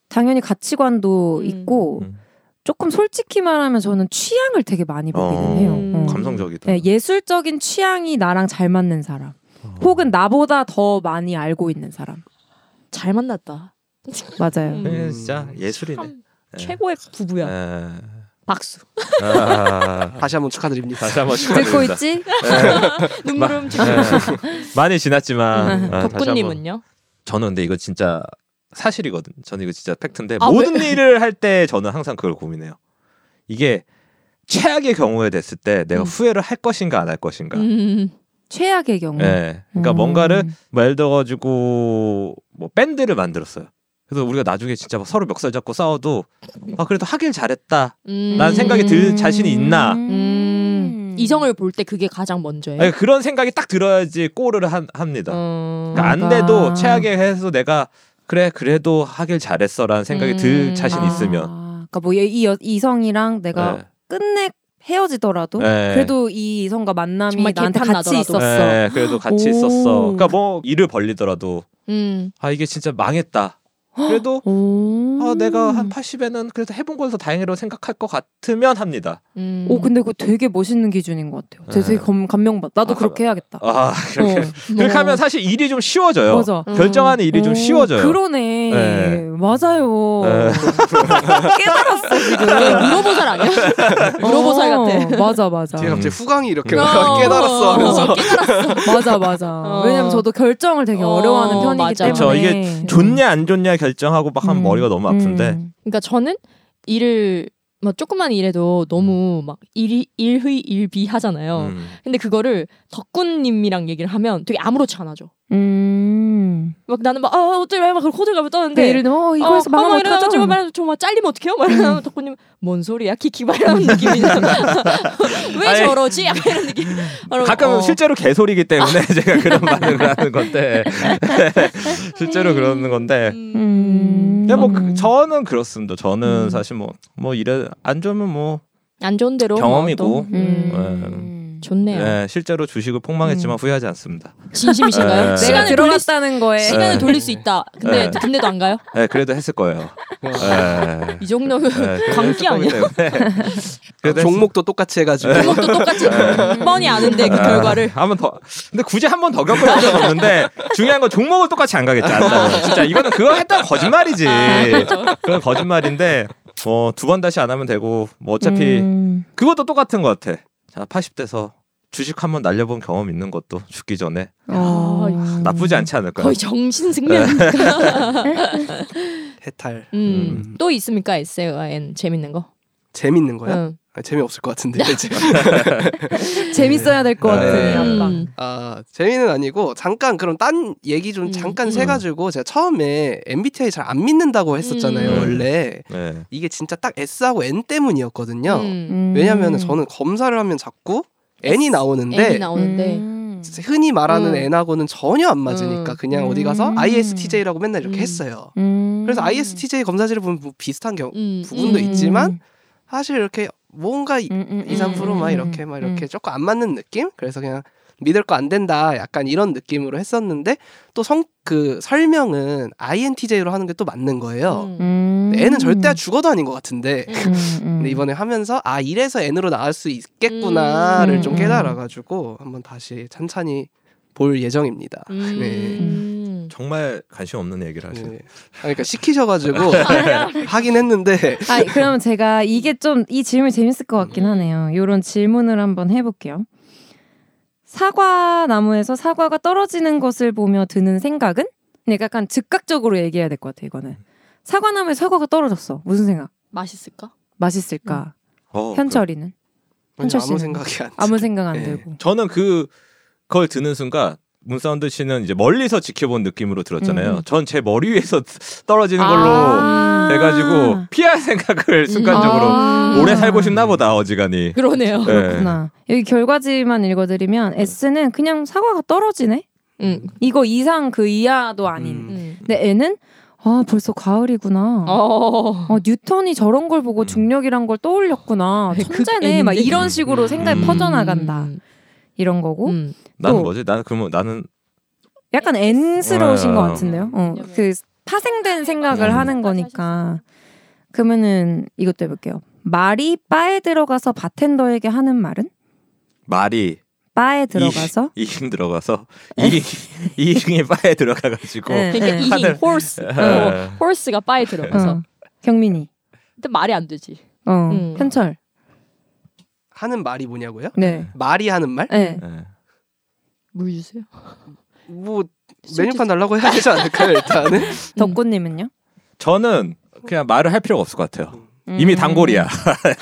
Speaker 5: 당연히 가치관도
Speaker 3: 음.
Speaker 5: 있고
Speaker 4: 음.
Speaker 5: 조금 솔직히 말하면 저는 취향을 되게 많이 보기는
Speaker 4: 어.
Speaker 5: 해요.
Speaker 3: 음.
Speaker 5: 어.
Speaker 4: 감성적이다.
Speaker 5: 네, 예술적인 취향이 나랑 잘 맞는 사람,
Speaker 4: 어.
Speaker 5: 혹은 나보다 더 많이 알고 있는 사람.
Speaker 3: 잘 만났다.
Speaker 5: 맞아요.
Speaker 3: 음.
Speaker 4: 예, 진짜 예술이네.
Speaker 3: 참
Speaker 4: 예.
Speaker 3: 최고의 부부야.
Speaker 4: 예.
Speaker 3: 박수.
Speaker 4: 아,
Speaker 2: 다시 한번 축하드립니다.
Speaker 4: 다시 한번
Speaker 5: 듣고
Speaker 4: 축하드립니다.
Speaker 5: 있지?
Speaker 3: 눈물 훔쳐.
Speaker 4: 예. 많이 지났지만 아, 다시 한번.
Speaker 3: 덕분님은요?
Speaker 4: 저는 근데 이거 진짜 사실이거든. 저는 이거 진짜 팩트인데
Speaker 3: 아,
Speaker 4: 모든 일을 할 때 저는 항상 그걸 고민해요. 이게 최악의 경우에 됐을 때 내가
Speaker 3: 음.
Speaker 4: 후회를 할 것인가 안 할 것인가.
Speaker 3: 음.
Speaker 5: 최악의 경우.
Speaker 4: 예. 그러니까
Speaker 5: 음.
Speaker 4: 뭔가를 뭐 예를 들어 가지고 뭐 밴드를 만들었어요. 그래서 우리가 나중에 진짜 막 서로 멱살 잡고 싸워도 아 그래도 하길 잘했다.
Speaker 3: 음.
Speaker 4: 난 생각이 들 자신이 있나?
Speaker 5: 음.
Speaker 3: 음. 이성을 볼 때 그게 가장 먼저예요.
Speaker 4: 아니, 그런 생각이 딱 들어야지 꼬르를 한- 합니다.
Speaker 3: 네. 어.
Speaker 4: 그러니까 안
Speaker 5: 뭔가.
Speaker 4: 돼도 최악의 해서 내가 그래 그래도 하길 잘했어라는 생각이
Speaker 3: 음.
Speaker 4: 들 자신
Speaker 5: 아,
Speaker 4: 있으면
Speaker 5: 그러니까 뭐이 이성이랑 내가
Speaker 4: 예.
Speaker 5: 끝내 헤어지더라도
Speaker 4: 예.
Speaker 5: 그래도 이 이성과 만남이
Speaker 3: 정말
Speaker 5: 나한테
Speaker 3: 개판
Speaker 5: 같이
Speaker 3: 나더라도.
Speaker 5: 있었어.
Speaker 4: 예, 그래도 같이
Speaker 5: 오.
Speaker 4: 있었어. 그러니까 뭐 일을 벌리더라도
Speaker 3: 음.
Speaker 4: 아 이게 진짜 망했다. 그래도
Speaker 5: 오.
Speaker 4: 아 내가 한 80에는 그래도 해본 거라서 다행이라고 생각할 것 같으면 합니다.
Speaker 3: 음.
Speaker 5: 오 근데 그거 되게 멋있는 기준인 것 같아요. 되게,
Speaker 4: 네.
Speaker 5: 감, 감명받. 나도
Speaker 4: 아,
Speaker 5: 그렇게 해야겠다.
Speaker 4: 아 그렇게
Speaker 3: 뭐.
Speaker 4: 그렇게 하면 사실 일이 좀 쉬워져요.
Speaker 5: 어. 맞아.
Speaker 4: 결정하는 일이
Speaker 5: 오,
Speaker 4: 좀 쉬워져요.
Speaker 5: 그러네.
Speaker 4: 네.
Speaker 5: 맞아요.
Speaker 4: 네.
Speaker 5: 깨달았어 지금.
Speaker 3: 물어보살 아니야? 물어보살 같아.
Speaker 5: 어, 맞아 맞아.
Speaker 2: 제가
Speaker 4: 음.
Speaker 2: 갑자기 후광이 이렇게
Speaker 3: 어.
Speaker 2: 깨달았어 하면서
Speaker 5: 맞아 맞아. 왜냐면 저도 결정을 되게
Speaker 3: 어,
Speaker 5: 어려워하는 편이기
Speaker 3: 맞아.
Speaker 5: 때문에.
Speaker 4: 그쵸, 이게 좋냐 안 좋냐 결정하고 막 하면
Speaker 5: 음,
Speaker 4: 머리가 너무 아픈데
Speaker 5: 음.
Speaker 3: 그러니까 저는 일을 뭐 조금만 일해도 너무 막 일이 일의 일비 하잖아요.
Speaker 4: 음.
Speaker 3: 근데 그거를 덕군님이랑 얘기를 하면 되게 아무렇지 않아져.
Speaker 5: 음.
Speaker 3: 막 나는 막아 어쩌래 막 그런 호들갑을 떠는데
Speaker 5: 근데
Speaker 4: 네,
Speaker 5: 예를 들면 어 이거 해서
Speaker 3: 네. 어,
Speaker 5: 망하면
Speaker 3: 이러다
Speaker 5: 어떡하죠?
Speaker 3: 저거 말하면 정말 잘리면 어떡해요? 막
Speaker 4: 음.
Speaker 3: 이러면 덕군님 뭔 소리야 키키 말하는 느낌이냐 왜
Speaker 4: 아니.
Speaker 3: 저러지? 약간 이런 느낌 그러면
Speaker 4: 가끔
Speaker 3: 어.
Speaker 4: 은 실제로 개소리기 때문에
Speaker 5: 아.
Speaker 4: 제가 그런 반응을 하는 건데 실제로 그러는 건데
Speaker 5: 음.
Speaker 4: 근데 뭐
Speaker 5: 음.
Speaker 4: 그- 저는 그렇습니다. 저는
Speaker 5: 음.
Speaker 4: 사실 뭐 뭐 이래 안 좋으면 뭐
Speaker 3: 안 좋은 대로
Speaker 4: 경험이고. 어.
Speaker 3: 뭐 또. 음.
Speaker 5: 음.
Speaker 3: 좋네요 음.
Speaker 4: 예, 실제로 주식을 폭망했지만 후회하지 않습니다.
Speaker 3: 진심이신가요?
Speaker 4: 네.
Speaker 5: 내가
Speaker 3: 시간을 돌릴 수,
Speaker 5: 들어갔다는 거에
Speaker 3: 시간을
Speaker 4: 네.
Speaker 3: 돌릴 수 있다 근데
Speaker 4: 네.
Speaker 3: 근데도 안 가요?
Speaker 4: 예, 그래도 했을 거예요. 예.
Speaker 3: 이 정도면
Speaker 4: 네.
Speaker 3: 광기 아니야?
Speaker 4: 그래도 예.
Speaker 2: 종목도 똑같이 해가지고
Speaker 4: 네.
Speaker 3: 종목도 똑같이 뻔히 아는데 그 결과를
Speaker 4: 한번 더. 근데 굳이 한 번 더 겪을 필요는 없는데 중요한 건 종목을 똑같이 안 가겠지. 안다고. 진짜 이거는 그거 했다 거짓말이지.
Speaker 3: 아, 그렇죠.
Speaker 4: 그건 거짓말인데 뭐 두 번 다시 안 하면 되고 뭐 어차피
Speaker 5: 음.
Speaker 4: 그것도 똑같은 것 같아. 자 80대서 주식 한 번 날려본 경험 있는 것도 죽기 전에
Speaker 5: 어.
Speaker 4: 나쁘지 않지
Speaker 3: 음.
Speaker 4: 않을까요?
Speaker 3: 거의 정신 승리니까
Speaker 2: 해탈
Speaker 3: 음. 또 있습니까 SN 재밌는 거?
Speaker 2: 재밌는 거야?
Speaker 3: 응.
Speaker 2: 아, 재미없을 것 같은데 이제.
Speaker 5: 재밌어야 될 것
Speaker 4: 네.
Speaker 5: 같아요. 약간.
Speaker 3: 음.
Speaker 2: 아 재미는 아니고 잠깐 그럼 딴 얘기 좀
Speaker 3: 음,
Speaker 2: 잠깐
Speaker 3: 음.
Speaker 2: 새가지고 제가 처음에 MBTI 잘 안 믿는다고 했었잖아요
Speaker 4: 음.
Speaker 2: 원래
Speaker 4: 네.
Speaker 2: 이게 진짜 딱 S하고 N 때문이었거든요
Speaker 3: 음.
Speaker 5: 음.
Speaker 2: 왜냐면 저는 검사를 하면 자꾸 N이 나오는데
Speaker 3: 앱이 나오는데
Speaker 5: 음.
Speaker 2: 진짜 흔히 말하는
Speaker 3: 음.
Speaker 2: N하고는 전혀 안 맞으니까
Speaker 3: 음.
Speaker 2: 그냥 어디 가서
Speaker 5: 음.
Speaker 2: ISTJ라고 맨날 이렇게
Speaker 3: 음.
Speaker 2: 했어요
Speaker 5: 음.
Speaker 2: 그래서 ISTJ 검사지를 보면 뭐 비슷한 경우
Speaker 3: 음.
Speaker 2: 부분도
Speaker 3: 음.
Speaker 2: 있지만 사실 이렇게 뭔가 이-
Speaker 5: 음, 음,
Speaker 2: 2, 3%막
Speaker 5: 음,
Speaker 2: 이렇게 막 이렇게
Speaker 5: 음.
Speaker 2: 조금 안 맞는 느낌? 그래서 그냥 믿을 거 안 된다. 약간 이런 느낌으로 했었는데 또 성 그 설명은 INTJ로 하는 게 또 맞는 거예요.
Speaker 3: 음.
Speaker 5: 음.
Speaker 2: 근데 N은 절대 죽어도 아닌 것 같은데.
Speaker 3: 음.
Speaker 5: 음, 음.
Speaker 2: 근데 이번에 하면서 아 이래서 N으로 나올 수 있겠구나를
Speaker 5: 음.
Speaker 2: 좀
Speaker 5: 음.
Speaker 2: 깨달아가지고 한번 다시 찬찬히 볼 예정입니다.
Speaker 3: 음.
Speaker 2: 네.
Speaker 3: 음.
Speaker 4: 정말 관심 없는 얘기를 하시네.
Speaker 2: 네. 아, 그러니까 시키셔가지고 하긴 했는데
Speaker 5: 아, 그러면 제가 이게 좀 이 질문 이 재밌을 것 같긴 하네요. 이런 질문을 한번 해볼게요. 사과 나무에서 사과가 떨어지는 것을 보며 드는 생각은? 그러니까 약간 즉각적으로 얘기해야 될 것 같아 이거는. 사과 나무에 사과가 떨어졌어. 무슨 생각?
Speaker 3: 맛있을까?
Speaker 5: 맛있을까?
Speaker 4: 어,
Speaker 5: 현철이는 현철
Speaker 2: 아무
Speaker 5: 씨는?
Speaker 2: 생각이 안
Speaker 5: 아무 생각 안
Speaker 2: 예.
Speaker 5: 들고.
Speaker 4: 그- 저는 그 그걸 듣는 순간 문사운드 씨는 이제 멀리서 지켜본 느낌으로 들었잖아요.
Speaker 5: 음.
Speaker 4: 전 제 머리 위에서 떨어지는 걸로
Speaker 5: 아. 음.
Speaker 4: 해가지고 피할 생각을 순간적으로
Speaker 5: 아.
Speaker 4: 오래 살고 싶나 보다 어지간히.
Speaker 3: 그러네요.
Speaker 4: 네.
Speaker 5: 그렇구나. 여기 결과지만 읽어드리면 S는 그냥 사과가 떨어지네.
Speaker 3: 음.
Speaker 5: 이거 이상 그 이하도 아닌.
Speaker 2: 음.
Speaker 3: 음.
Speaker 5: 근데 N은 아 벌써 가을이구나.
Speaker 3: 어.
Speaker 5: 어, 뉴턴이 저런 걸 보고
Speaker 4: 음.
Speaker 5: 중력이란 걸 떠올렸구나.
Speaker 3: 그
Speaker 5: 천재네. 막
Speaker 3: N인데?
Speaker 5: 이런 식으로
Speaker 4: 음.
Speaker 5: 생각이
Speaker 4: 음.
Speaker 5: 퍼져나간다. 이런 거고.
Speaker 3: 음.
Speaker 4: 나는
Speaker 5: 또-
Speaker 4: 뭐지? 나는 그러면 나는
Speaker 5: 약간 N스러우신
Speaker 4: 아.
Speaker 5: 것 같은데요.
Speaker 3: 네,
Speaker 5: 어, 그 파생된 생각을
Speaker 4: 음.
Speaker 5: 하는 거니까. 그러면은 이것도 해볼게요. 말이 바에 들어가서 바텐더에게 하는 말은?
Speaker 4: 말이
Speaker 5: 바에 들어가서?
Speaker 4: 이잉 들어가서 이잉 이잉이 바에 들어가가지고
Speaker 5: 네,
Speaker 3: 그러니까
Speaker 5: 네.
Speaker 3: 이
Speaker 4: 다들-
Speaker 3: horse,
Speaker 4: 에.
Speaker 3: 어, horse가 바에 들어가서.
Speaker 5: 어. 경민이.
Speaker 3: 근데 말이 안 되지.
Speaker 5: 어.
Speaker 3: 음.
Speaker 5: 현철.
Speaker 2: 하는 말이 뭐냐고요?
Speaker 5: 네.
Speaker 2: 말이 하는 말?
Speaker 5: 네.
Speaker 4: 예.
Speaker 3: 물 주세요.
Speaker 2: 뭐 메뉴판 달라고 해야 되지 않을까요 일단은?
Speaker 5: 덕구님은요?
Speaker 4: 저는 그냥 말을 할 필요가 없을 것 같아요.
Speaker 5: 음.
Speaker 4: 이미 단골이야.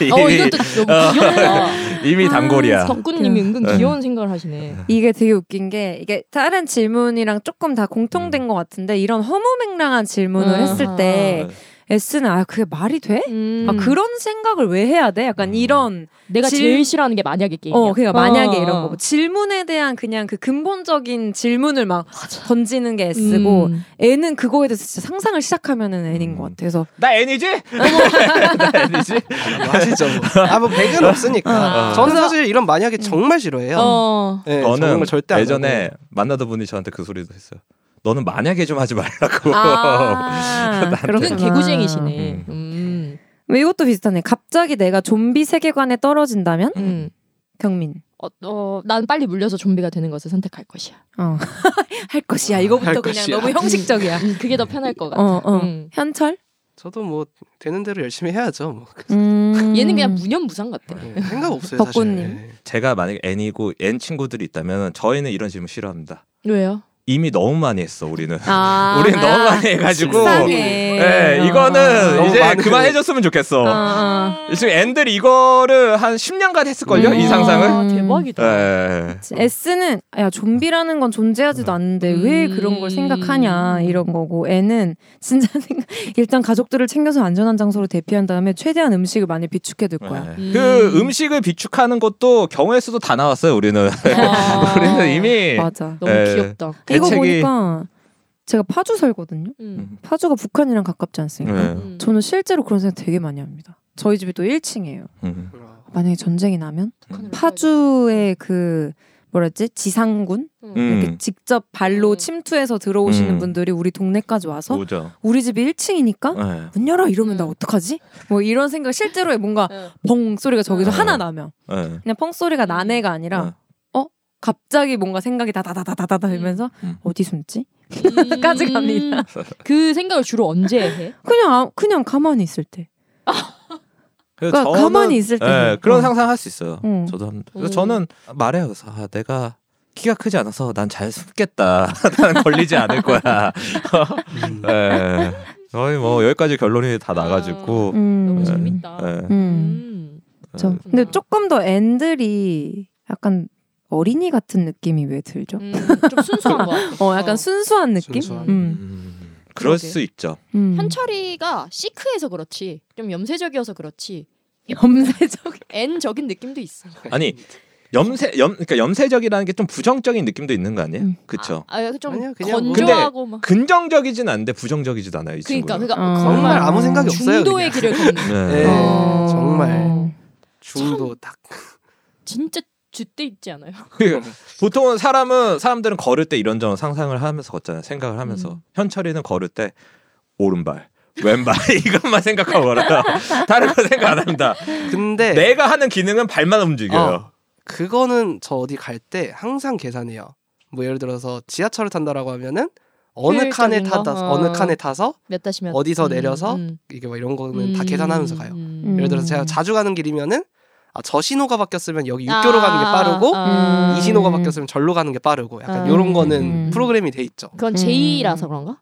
Speaker 4: 이미,
Speaker 3: 어 이것도 너무 귀엽다.
Speaker 4: 이미
Speaker 5: 아,
Speaker 4: 단골이야.
Speaker 3: 덕구님이 은근
Speaker 4: 네.
Speaker 3: 귀여운 생각을 하시네.
Speaker 5: 이게 되게 웃긴 게 이게 다른 질문이랑 조금 다
Speaker 2: 음.
Speaker 5: 공통된 것 같은데 이런 허무맹랑한 질문을
Speaker 3: 음.
Speaker 5: 했을 때 S는 아 그게 말이 돼?
Speaker 3: 음.
Speaker 5: 아 그런 생각을 왜 해야 돼?
Speaker 2: 음.
Speaker 5: 약간 이런
Speaker 3: 내가
Speaker 5: 질-
Speaker 3: 제일 싫어하는 게 만약에 게임.
Speaker 5: 어 그러니까 만약에 이런 거 질문에 대한 그냥 그 근본적인 질문을 막 던지는 게 S고
Speaker 3: 음.
Speaker 5: N은 그거에 대해서 진짜 상상을 시작하면은 N인
Speaker 2: 음.
Speaker 5: 것 같아. 그래서
Speaker 4: 나 애니지? 나 애니지?
Speaker 2: 뭐 하시죠. 뭐. 아뭐 백은 없으니까.
Speaker 4: 아.
Speaker 2: 저는 사실 이런 만약에 정말 싫어해요.
Speaker 3: 어.
Speaker 2: 예, 저는
Speaker 4: 저는
Speaker 2: 걸 절대 안
Speaker 4: 예전에
Speaker 2: 하고.
Speaker 4: 만나던 분이 저한테 그 소리도 했어요. 너는 만약에 좀 하지 말라고.
Speaker 5: 아
Speaker 3: 은근
Speaker 5: 그렇구나.
Speaker 3: 개구쟁이시네.
Speaker 4: 음.
Speaker 3: 음.
Speaker 5: 왜 이것도 비슷하네. 갑자기 내가 좀비 세계관에 떨어진다면
Speaker 3: 음.
Speaker 5: 경민.
Speaker 3: 어, 어, 난 빨리 물려서 좀비가 되는 것을 선택할 것이야.
Speaker 5: 어. 할 것이야. 이거부터
Speaker 2: 할
Speaker 5: 그냥
Speaker 2: 것이야.
Speaker 5: 너무 형식적이야.
Speaker 3: 음, 그게 더 편할 것 같아.
Speaker 5: 어, 어.
Speaker 3: 음.
Speaker 5: 현철?
Speaker 2: 저도 뭐 되는 대로 열심히 해야죠. 뭐.
Speaker 5: 음.
Speaker 3: 얘는 그냥 무념무상 같아.
Speaker 2: 예, 생각 없어요
Speaker 5: 벚꽃님.
Speaker 2: 사실. 예.
Speaker 4: 제가 만약에 N이고 N 친구들이 있다면 저희는 이런 질문 싫어합니다.
Speaker 3: 왜요?
Speaker 4: 이미 너무 많이 했어 우리는.
Speaker 5: 아.
Speaker 4: 우리는 너무 많이 해가지고.
Speaker 5: 식상해.
Speaker 4: 예,
Speaker 5: 어.
Speaker 4: 이거는
Speaker 2: 너무
Speaker 4: 이제
Speaker 2: 많은-
Speaker 4: 그만해줬으면 좋겠어.
Speaker 5: 어, 어.
Speaker 4: 지금 N들이 이거를 한 10년간 했을걸요? 이
Speaker 5: 음.
Speaker 4: 상상을?
Speaker 3: 아,
Speaker 4: 예,
Speaker 3: 대박이다.
Speaker 4: 예.
Speaker 5: S는 야 좀비라는 건 존재하지도 않는데 왜
Speaker 3: 음.
Speaker 5: 그런 걸 생각하냐 이런 거고 N은 진짜 생각 일단 가족들을 챙겨서 안전한 장소로 대피한 다음에 최대한 음식을 많이 비축해 둘 거야.
Speaker 4: 예. 그 음식을 비축하는 것도 경우의 수도 다 나왔어요 우리는
Speaker 3: 아.
Speaker 4: 네. 우리는 이미
Speaker 5: 맞아.
Speaker 3: 너무
Speaker 4: 예.
Speaker 3: 귀엽다.
Speaker 5: 이거
Speaker 4: 대책이-
Speaker 5: 보니까 제가 파주 살거든요.
Speaker 3: 음.
Speaker 5: 파주가 북한이랑 가깝지 않습니까?
Speaker 4: 예.
Speaker 3: 음.
Speaker 5: 저는 실제로 그런 생각 되게 많이 합니다. 저희 집이 또 1층이에요.
Speaker 4: 음.
Speaker 5: 만약에 전쟁이 나면
Speaker 3: 북한으로
Speaker 5: 파주의 그 뭐랬지 지상군
Speaker 3: 가야겠다.
Speaker 4: 음.
Speaker 5: 이렇게 직접 발로
Speaker 3: 음.
Speaker 5: 침투해서 들어오시는
Speaker 4: 음.
Speaker 5: 분들이 우리 동네까지 와서
Speaker 4: 오죠
Speaker 5: 우리 집이 1층이니까
Speaker 4: 예.
Speaker 5: 문 열어 이러면 나
Speaker 3: 음.
Speaker 5: 어떡하지? 뭐 이런 생각 실제로 뭔가
Speaker 3: 응.
Speaker 5: 펑 소리가 저기서
Speaker 4: 음.
Speaker 5: 하나 나면
Speaker 4: 예.
Speaker 5: 그냥 펑
Speaker 3: 음.
Speaker 5: 소리가 난 애가 아니라 어? 갑자기 뭔가 생각이 다다다다다다 되면서
Speaker 4: 어. 음.
Speaker 5: 어디 숨지?
Speaker 3: 음.
Speaker 5: 까지 갑니다.
Speaker 3: 그 생각을 주로 언제 해?
Speaker 5: 그냥 아- 그냥 가만히 있을 때.
Speaker 4: 그래서
Speaker 5: 그러니까 가만히 있을 때.
Speaker 4: 예, 그런
Speaker 5: 어.
Speaker 4: 상상할 수 있어요.
Speaker 5: 음.
Speaker 4: 저도 합니다. 그래서
Speaker 3: 음.
Speaker 4: 저는 말해요. 그래서 아, 내가 키가 크지 않아서 난 잘 숨겠다. 나는 걸리지 않을 거야.
Speaker 2: 음.
Speaker 4: 예. 거의 뭐 여기까지 결론이 다 나가지고.
Speaker 3: 너무
Speaker 5: 음.
Speaker 3: 재밌다.
Speaker 4: 예.
Speaker 5: 음.
Speaker 3: 음.
Speaker 5: 그렇죠. 근데 조금 더 앤들이 약간 어린이 같은 느낌이 왜 들죠?
Speaker 3: 음, 좀 순수한 것 같아.
Speaker 5: 어, 약간 순수한 느낌? 음.
Speaker 2: 순수한.
Speaker 4: 음. 그럴
Speaker 3: 그러게.
Speaker 4: 수 있죠.
Speaker 5: 음.
Speaker 3: 현철이가 시크해서 그렇지, 좀 염세적이어서 그렇지,
Speaker 5: 염세적.
Speaker 3: N적인 느낌도 있어.
Speaker 4: 아니 염세 염 그러니까 염세적이라는 게 좀 부정적인 느낌도 있는 거 아니에요?
Speaker 5: 음.
Speaker 4: 그렇죠.
Speaker 3: 아, 좀
Speaker 2: 아니요, 그냥 뭐-
Speaker 3: 건조하고 막.
Speaker 4: 긍정적이진 않은데 부정적이지도 않아요, 이
Speaker 3: 그러니까,
Speaker 4: 친구는.
Speaker 3: 그러니까
Speaker 5: 어.
Speaker 2: 정말
Speaker 3: 정말
Speaker 2: 아무 생각이 없어요.
Speaker 3: 중도의
Speaker 2: 그냥.
Speaker 3: 길을 걷는.
Speaker 4: 네.
Speaker 2: 예,
Speaker 5: 어.
Speaker 2: 정말.
Speaker 3: 음,
Speaker 2: 중도 딱.
Speaker 3: 진짜 줏대 있지 않아요?
Speaker 4: 그러니까 보통은 사람은 사람들은 걸을 때 이런저런 상상을 하면서 걷잖아요. 생각을 하면서
Speaker 3: 음.
Speaker 4: 현철이는 걸을 때 오른발, 왼발 이것만 생각하고 걸어요. 다른 거 생각 안 합니다.
Speaker 2: 근데 어,
Speaker 4: 내가 하는 기능은 발만 움직여요.
Speaker 2: 그거는 저 어디 갈 때 항상 계산해요. 뭐 예를 들어서 지하철을 탄다라고 하면은 어느 칸에
Speaker 3: 효율적인 거?
Speaker 2: 타다
Speaker 3: 어.
Speaker 2: 어느 칸에 타서
Speaker 3: 몇 다시 몇. 음,
Speaker 2: 어디서 내려서 이게 뭐 이런 거는 다 계산하면서 가요. 예를 들어서 제가 자주 가는 길이면은 아, 저 신호가 바뀌었으면 여기 육교로 가는 게
Speaker 3: 아,
Speaker 2: 빠르고
Speaker 3: 아.
Speaker 2: 이 신호가 바뀌었으면 절로 가는 게 빠르고 약간
Speaker 3: 음.
Speaker 2: 이런 거는
Speaker 3: 음.
Speaker 2: 프로그램이 돼 있죠.
Speaker 3: 그건 제2라서 그런가?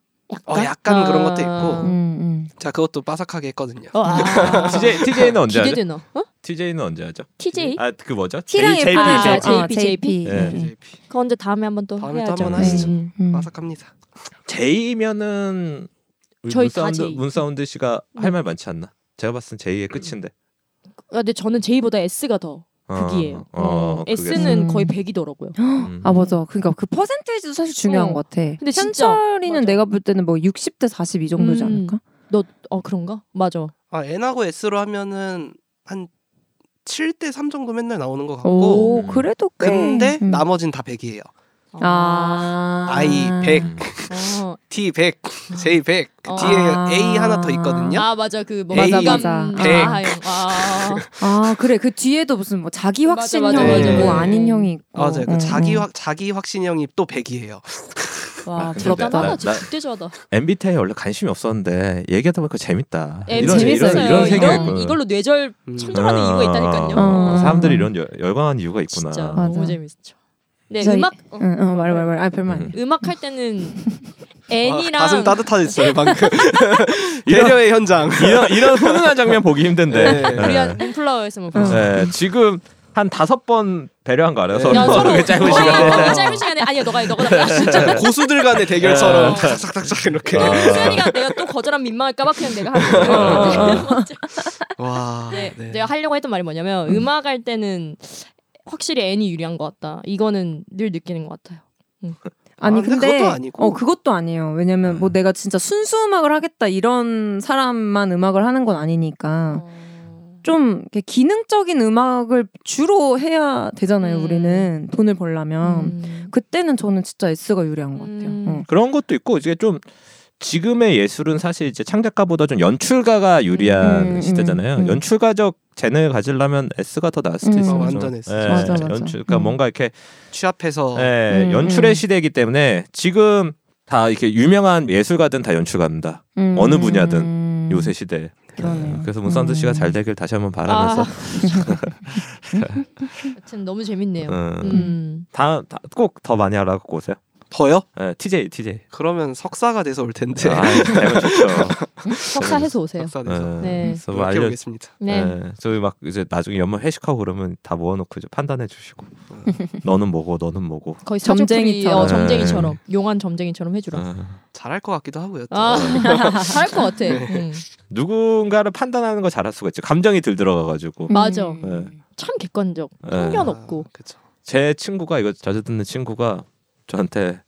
Speaker 2: 어, 약간 그런 것도
Speaker 5: 아.
Speaker 2: 있고.
Speaker 3: 음.
Speaker 2: 자 그것도 빠삭하게 했거든요.
Speaker 3: 어, 아.
Speaker 4: TJ TJ는 언제 하죠?
Speaker 3: 기대되나? 어?
Speaker 4: TJ는 언제 하죠?
Speaker 3: TJ?
Speaker 4: 아 그 뭐죠?
Speaker 5: T랑
Speaker 4: J-
Speaker 5: F는
Speaker 4: JP,
Speaker 3: 아,
Speaker 4: JP.
Speaker 3: JP, JP.
Speaker 4: 네.
Speaker 2: JP.
Speaker 3: 그 언제 다음에 한번 또
Speaker 2: 다음에 또
Speaker 3: 해야죠.
Speaker 2: 한번 하시죠.
Speaker 3: 네.
Speaker 5: 음.
Speaker 2: 빠삭합니다.
Speaker 4: J면은 우리
Speaker 3: 저희 다
Speaker 4: 문사운드
Speaker 3: J.
Speaker 4: 문사운드 씨가
Speaker 5: 음.
Speaker 4: 할 말 많지 않나? 제가 봤을 땐 J의 끝인데.
Speaker 3: 아, 근데 저는 J보다 S가 더
Speaker 4: 어,
Speaker 3: 극이에요.
Speaker 4: 어, 그게-
Speaker 5: 음.
Speaker 3: S는 거의 100이더라고요.
Speaker 4: 음.
Speaker 5: 아 맞아. 그러니까 그 퍼센테이지도 사실 중요한
Speaker 3: 어.
Speaker 5: 것 같아.
Speaker 3: 근데 진짜,
Speaker 5: 현철이는
Speaker 3: 맞아.
Speaker 5: 내가 볼 때는 뭐 60대 40 이 정도지
Speaker 3: 음.
Speaker 5: 않을까?
Speaker 3: 너 어 그런가? 맞아.
Speaker 2: 아 N하고 S로 하면은 한 7대 3 정도 맨날 나오는 것 같고.
Speaker 5: 오, 그래도 꽤.
Speaker 2: 근데
Speaker 5: 음.
Speaker 2: 나머진 다 100이에요.
Speaker 5: 아.
Speaker 2: I 100,
Speaker 4: 음.
Speaker 3: 어.
Speaker 2: T 100, J 100. 그
Speaker 3: 어.
Speaker 2: 뒤에
Speaker 5: 아.
Speaker 2: A 하나 더 있거든요.
Speaker 3: 아 맞아 그 뭐,
Speaker 2: A,
Speaker 4: 음,
Speaker 3: 맞아
Speaker 5: 백.
Speaker 3: 아,
Speaker 5: 아, 그래. 그 뒤에도 무슨 뭐 자기
Speaker 3: 맞아,
Speaker 5: 확신형
Speaker 3: 맞아,
Speaker 2: 맞아.
Speaker 5: 있고
Speaker 2: 네.
Speaker 5: 아닌 형이 있고.
Speaker 2: 맞아요. 그
Speaker 5: 음,
Speaker 2: 자기 아,
Speaker 5: 음.
Speaker 2: 확 자기 확신형이 또 100이에요.
Speaker 5: 와,
Speaker 4: 근데
Speaker 2: 그러니까.
Speaker 5: 부럽다.
Speaker 4: 나-
Speaker 3: 대단하다.
Speaker 4: 나-
Speaker 3: 아, 진짜 국제조하다.
Speaker 4: MBTI 원래 관심이 없었는데 얘기하다 보니까 재밌다.
Speaker 3: 예,
Speaker 4: 이런
Speaker 3: 재밌었어요.
Speaker 4: 이런 이런 생각이
Speaker 3: 이런
Speaker 4: 있구나. 아.
Speaker 3: 이걸로 뇌절
Speaker 2: 음.
Speaker 3: 청정하는 이유가 있다니까요.
Speaker 5: 어.
Speaker 4: 사람들이 이런 열- 열광하는 이유가 있구나.
Speaker 3: 진짜
Speaker 5: 맞아.
Speaker 3: 너무 재밌었죠. 네
Speaker 5: 저희-
Speaker 3: 음악 어,
Speaker 5: 응, 응, 말해, 말해, 말해. 아, 별말 아니야.
Speaker 4: 음.
Speaker 3: 음악 할 때는
Speaker 2: 아,
Speaker 3: N이랑
Speaker 2: 가슴 따뜻해졌어요 방금. 예녀의 현장.
Speaker 4: 이런 이런 훈훈한 장면 보기 힘든데.
Speaker 2: 네.
Speaker 3: 우리가 인플라워에서 뭐 보자.
Speaker 4: 네, 지금 한 다섯 번 배려한 거 알아요?
Speaker 2: 네.
Speaker 4: 서로
Speaker 2: 야, 서로.
Speaker 4: 그 짧은
Speaker 3: 어,
Speaker 4: 시간에.
Speaker 3: 어, 짧은 시간에 아니야 너가 해, 너가 나
Speaker 2: 네.
Speaker 3: 진짜
Speaker 2: 고수들 간의 대결처럼
Speaker 3: 어.
Speaker 2: 탁탁탁탁 이렇게.
Speaker 3: 네.
Speaker 4: 아.
Speaker 3: 수현이가 내가 또 거절하면 민망할까봐 그냥 내가
Speaker 4: 어,
Speaker 3: 하는 거야.
Speaker 4: 아,
Speaker 2: 와.
Speaker 3: 네,
Speaker 2: 네.
Speaker 3: 내가 하려고 했던 말이 뭐냐면 음악 할 때는 확실히 N이 유리한 것 같다. 이거는 늘 느끼는 것 같아요.
Speaker 5: 아니
Speaker 2: 아, 근데
Speaker 5: 근데,
Speaker 2: 그것도 아니고.
Speaker 5: 어 그것도 아니에요. 왜냐면 뭐 내가 진짜 순수 음악을 하겠다 이런 사람만 음악을 하는 건
Speaker 3: 어.
Speaker 5: 아니니까
Speaker 3: 음.
Speaker 5: 좀 이렇게 기능적인 음악을 주로 해야 되잖아요.
Speaker 3: 음.
Speaker 5: 우리는 돈을 벌려면
Speaker 3: 음.
Speaker 5: 그때는 저는 진짜 S가 유리한 것 같아요.
Speaker 3: 음.
Speaker 5: 어.
Speaker 4: 그런 것도 있고 이게 좀 지금의 예술은 사실 이제 창작가보다 좀 연출가가 유리한
Speaker 5: 음, 음,
Speaker 4: 시대잖아요.
Speaker 5: 음.
Speaker 4: 연출가적 재능을 가지려면 S가 더 나을 수도
Speaker 5: 음.
Speaker 4: 있어요.
Speaker 5: 어,
Speaker 2: 완전 S.
Speaker 4: 예,
Speaker 5: 맞아, 맞아.
Speaker 4: 연출, 그러니까
Speaker 5: 음.
Speaker 4: 뭔가 이렇게
Speaker 2: 취합해서
Speaker 4: 예,
Speaker 5: 음,
Speaker 4: 연출의
Speaker 5: 음.
Speaker 4: 시대이기 때문에 지금 다 이렇게 유명한 예술가든 다 연출가입니다. 어느 분야든 요새 시대.
Speaker 5: 음. 그러네요.
Speaker 4: 예, 그래서 문산드
Speaker 5: 음.
Speaker 4: 씨가 잘 되길 다시 한번 바라면서
Speaker 3: 아. 하여튼 너무 재밌네요.
Speaker 4: 음.
Speaker 3: 음.
Speaker 4: 다음 꼭 더 많이 알아보고 오세요.
Speaker 2: 더요?
Speaker 4: 예, TJ TJ.
Speaker 2: 그러면 석사가 돼서 올 텐데.
Speaker 4: 아, 되면 좋죠.
Speaker 3: 석사 해서 오세요.
Speaker 2: 석사 돼서.
Speaker 4: 예,
Speaker 3: 네.
Speaker 4: 그래서 뭐
Speaker 2: 노력해
Speaker 4: 알려
Speaker 2: 보겠습니다.
Speaker 3: 네.
Speaker 4: 예, 저희 막 이제 나중에 연말 회식하고 그러면 다 모아놓고 이제 판단해 주시고 너는 뭐고 너는 뭐고
Speaker 3: 거의 사주풀이,
Speaker 5: 점쟁이처럼.
Speaker 4: 네.
Speaker 3: 어, 점쟁이처럼 용한 점쟁이처럼 해주라.
Speaker 4: 어,
Speaker 2: 잘할 것 같기도 하고요. 또.
Speaker 3: 아, 잘할 것 같아.
Speaker 4: 네.
Speaker 3: 음.
Speaker 4: 누군가를 판단하는 거 잘할 수가 있죠 감정이 들 들어가가지고
Speaker 3: 맞아.
Speaker 2: 음.
Speaker 3: 참 객관적.
Speaker 4: 예.
Speaker 3: 편견
Speaker 2: 아,
Speaker 3: 없고.
Speaker 2: 그쵸.
Speaker 4: 제 친구가 이거 자주 듣는 친구가 저한테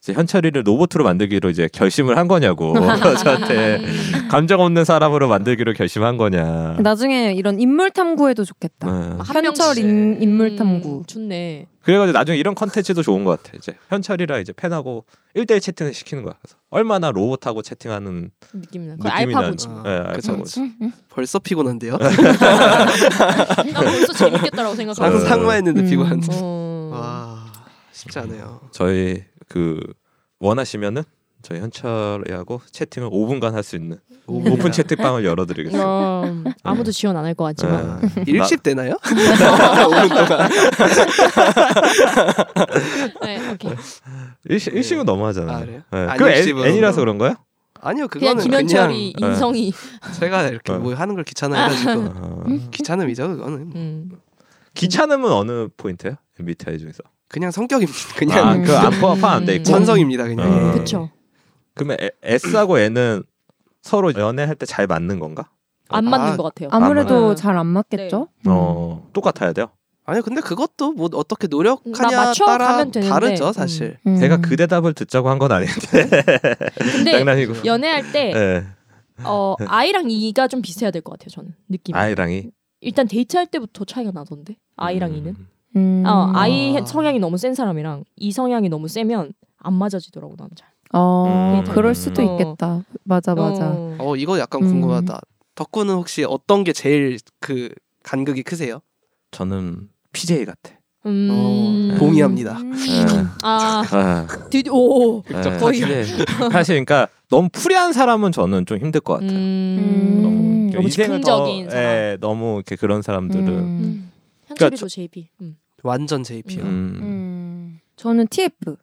Speaker 4: 이제 현철이를 로봇으로 만들기로 이제 결심을 한 거냐고 아, 저한테
Speaker 3: 음.
Speaker 4: 감정 없는 사람으로 만들기로 결심한 거냐
Speaker 5: 나중에 이런 인물 탐구해도 좋겠다.
Speaker 4: 예.
Speaker 3: 한
Speaker 5: 현철
Speaker 3: 명씩.
Speaker 5: 인, 인물 탐구.
Speaker 3: 음, 좋네.
Speaker 4: 그래가지고 나중에 이런 컨텐츠도 좋은 것 같아 이제 현철이랑 이제 팬하고 1대1 채팅을 시키는 거야 그래서 얼마나 로봇하고 채팅하는
Speaker 3: 느낌이 나. 그
Speaker 4: 느낌이
Speaker 3: 알파고지.
Speaker 2: 나죠.
Speaker 4: 예,
Speaker 2: 아,
Speaker 4: 알파고지.
Speaker 2: 그쵸, 그쵸. 벌써 피곤한데요.
Speaker 3: 나 아, 벌써 재밌겠다라고 생각하고.
Speaker 4: 어.
Speaker 2: 상상만했는데
Speaker 5: 음.
Speaker 2: 피곤한데.
Speaker 3: 어.
Speaker 4: 아.
Speaker 2: 와 쉽지 않아요.
Speaker 4: 저희 그 원하시면은 저희 현철이하고 채팅을 5분간 할 수 있는 오픈 채팅방을 열어드리겠습니다.
Speaker 3: 음, 아무도 지원 안 할 것 같지만.
Speaker 4: 예.
Speaker 2: 일십 되나요?
Speaker 3: 네, 오케이.
Speaker 4: 나- 일시, 일식은
Speaker 2: 아,
Speaker 4: 너무하잖아요.
Speaker 2: 그래요?
Speaker 4: 예.
Speaker 2: 안
Speaker 4: 그
Speaker 2: 일식은
Speaker 4: N, N이라서 그런 거야?
Speaker 2: 아니요
Speaker 3: 그냥
Speaker 2: 그거는 그냥,
Speaker 3: 김현철이
Speaker 4: 그냥-
Speaker 3: 인성이.
Speaker 2: 제가 이렇게
Speaker 4: 어.
Speaker 2: 뭐 하는 걸 귀찮아해가지고
Speaker 4: 어.
Speaker 2: 귀찮음이죠 그거는
Speaker 3: 음.
Speaker 4: 귀찮음은 어느 포인트예요? MBTI 중에서.
Speaker 2: 그냥 성격입니다. 그냥
Speaker 4: 아, 그안 포함 안돼 있고.
Speaker 3: 전-
Speaker 2: 천성입니다 그냥.
Speaker 4: 어.
Speaker 3: 음, 그쵸.
Speaker 4: 그러면 에- S하고 N은 서로 연애할 때 잘 맞는 건가?
Speaker 3: 안
Speaker 2: 아,
Speaker 3: 맞는 것 같아요.
Speaker 5: 아무래도
Speaker 3: 아.
Speaker 5: 잘 안 맞겠죠?
Speaker 4: 어, 똑같아야 돼요.
Speaker 2: 아니요 근데 그것도 뭐 어떻게
Speaker 3: 나
Speaker 2: 노력하냐
Speaker 3: 맞춰가면
Speaker 2: 따라
Speaker 3: 되는데.
Speaker 2: 다르죠 사실.
Speaker 5: 음.
Speaker 4: 제가 그 대답을 듣자고 한 건 아닌데
Speaker 3: 근데
Speaker 4: 장난이고.
Speaker 3: 연애할 때
Speaker 4: 예.
Speaker 3: 어, I랑 E가 좀 비슷해야 될 것 같아요. 저는 느낌이.
Speaker 4: 아이랑이.
Speaker 3: 일단 데이트할 때부터 차이가 나던데. I랑 E는.
Speaker 4: 음.
Speaker 5: 음.
Speaker 3: 어, I
Speaker 2: 아.
Speaker 3: 성향이 너무 센 사람이랑 E 성향이 너무 세면 안 맞아지더라고 난 잘.
Speaker 5: 어,
Speaker 4: 음.
Speaker 5: 그럴 수도
Speaker 3: 어.
Speaker 5: 있겠다. 맞아, 맞아.
Speaker 3: 어.
Speaker 2: 어 이거 약간
Speaker 5: 음.
Speaker 2: 궁금하다. 덕구는 혹시 어떤 게 제일 그 간극이 크세요?
Speaker 4: 저는 PJ 같아.
Speaker 6: 음.
Speaker 2: 어, 동의합니다.
Speaker 6: 아,
Speaker 4: 아,
Speaker 6: 드디
Speaker 3: 음.
Speaker 6: 오.
Speaker 4: 네.
Speaker 6: 거의.
Speaker 4: 사실, 사실 그러니까 너무 프리한 사람은 저는 좀 힘들 것 같아요.
Speaker 6: 음.
Speaker 5: 음.
Speaker 4: 너무,
Speaker 6: 너무
Speaker 4: 인생을 더,
Speaker 6: 즉흥적인 사람.
Speaker 4: 예, 너무 이렇게 그런 사람들은 음.
Speaker 6: 음.
Speaker 4: 그러니까
Speaker 6: 현실이죠, 제비. 음.
Speaker 2: 완전 JP요.
Speaker 4: 음.
Speaker 5: 음. 저는 TF.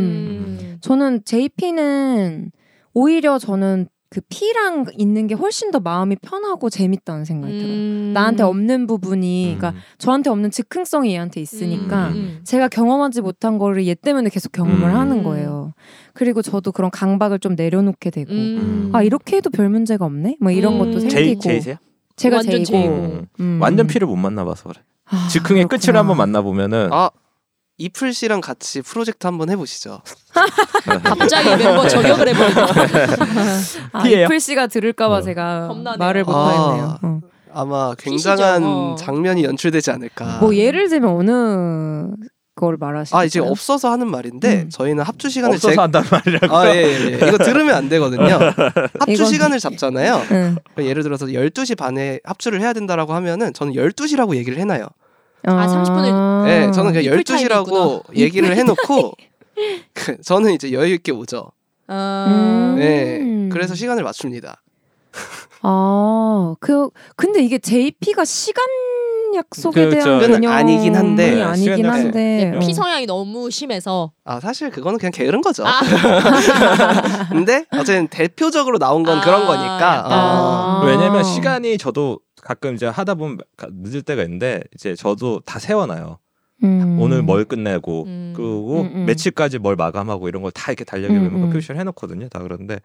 Speaker 6: 음.
Speaker 5: 저는 JP는 오히려 저는 그 P랑 있는 게 훨씬 더 마음이 편하고 재밌다는 생각이 들어요.
Speaker 6: 음.
Speaker 5: 나한테 없는 부분이, 그러니까
Speaker 4: 음.
Speaker 5: 저한테 없는 즉흥성이 얘한테 있으니까
Speaker 4: 음.
Speaker 5: 제가 경험하지 못한 거를 얘 때문에 계속 경험을
Speaker 4: 음.
Speaker 5: 하는 거예요. 그리고 저도 그런 강박을 좀 내려놓게 되고,
Speaker 4: 음.
Speaker 5: 아 이렇게 해도 별 문제가 없네. 뭐 이런
Speaker 6: 음.
Speaker 5: 것도
Speaker 4: 제이
Speaker 5: 생기고,
Speaker 4: 제이세요?
Speaker 5: 제가
Speaker 6: 완전
Speaker 5: 제이고,
Speaker 6: 제이고.
Speaker 4: 음.
Speaker 5: 음.
Speaker 4: 완전 피를 못 만나봐서 그래.
Speaker 5: 아,
Speaker 4: 즉흥의 끝을
Speaker 5: 그렇구나.
Speaker 4: 한번 만나보면은
Speaker 2: 아 이풀 씨랑 같이 프로젝트 한번 해보시죠.
Speaker 4: 네.
Speaker 6: 갑자기 멤버 저격을 해버리고.
Speaker 5: 아,
Speaker 4: 피해요?
Speaker 5: 이플 씨가 들을까봐
Speaker 4: 어.
Speaker 5: 제가
Speaker 6: 겁나네요.
Speaker 5: 말을 못하겠네요.
Speaker 2: 아.
Speaker 5: 어.
Speaker 2: 아마
Speaker 6: 피시죠.
Speaker 2: 굉장한
Speaker 6: 어.
Speaker 2: 장면이 연출되지 않을까.
Speaker 5: 뭐 예를 들면 어느 걸 말하시죠?
Speaker 2: 아 이제 없어서 하는 말인데
Speaker 5: 음.
Speaker 2: 저희는 합주 시간을
Speaker 4: 없어서 한단 말이라고.
Speaker 2: 아, 예, 예, 예. 이거 들으면 안 되거든요. 합주
Speaker 5: 이건-
Speaker 2: 시간을 잡잖아요.
Speaker 5: 응.
Speaker 2: 그럼 그러니까 예를 들어서 12시 반에 합주를 해야 된다라고 하면은 저는 12시라고 얘기를 해놔요.
Speaker 6: 아, 30분 을-
Speaker 5: 아.
Speaker 2: 예,
Speaker 4: 네,
Speaker 2: 저는 그냥
Speaker 6: 이퀄 타임이
Speaker 2: 12시라고 얘기를 해놓고 그, 저는 이제 여유 있게 오죠.
Speaker 6: 아,
Speaker 4: 네.
Speaker 5: 음.
Speaker 2: 예, 그래서 시간을 맞춥니다.
Speaker 5: 아, 그 근데 이게 JP가 시간 약속에
Speaker 4: 그렇죠.
Speaker 5: 대한
Speaker 4: 그건 네,
Speaker 5: 개념이
Speaker 2: 아니긴 한데.
Speaker 5: 아니긴
Speaker 4: 시간 약속.
Speaker 5: 한데.
Speaker 6: 네, 피
Speaker 5: 어.
Speaker 6: 성향이 너무 심해서.
Speaker 2: 아 사실 그거는 그냥 게으른 거죠.
Speaker 6: 아.
Speaker 2: 근데 어쨌든 대표적으로 나온 건 그런
Speaker 6: 아,
Speaker 2: 거니까. 어.
Speaker 5: 아.
Speaker 4: 왜냐면 시간이 저도 가끔 이제 하다 보면 가- 늦을 때가 있는데 이제 저도 다 세워놔요.
Speaker 5: 음.
Speaker 4: 오늘 뭘 끝내고
Speaker 6: 음.
Speaker 4: 그리고
Speaker 5: 음, 음.
Speaker 4: 며칠까지 뭘 마감하고 이런 걸 다 이렇게 달력에
Speaker 5: 음,
Speaker 4: 보면
Speaker 5: 음.
Speaker 4: 표시를 해놓거든요. 다 그런데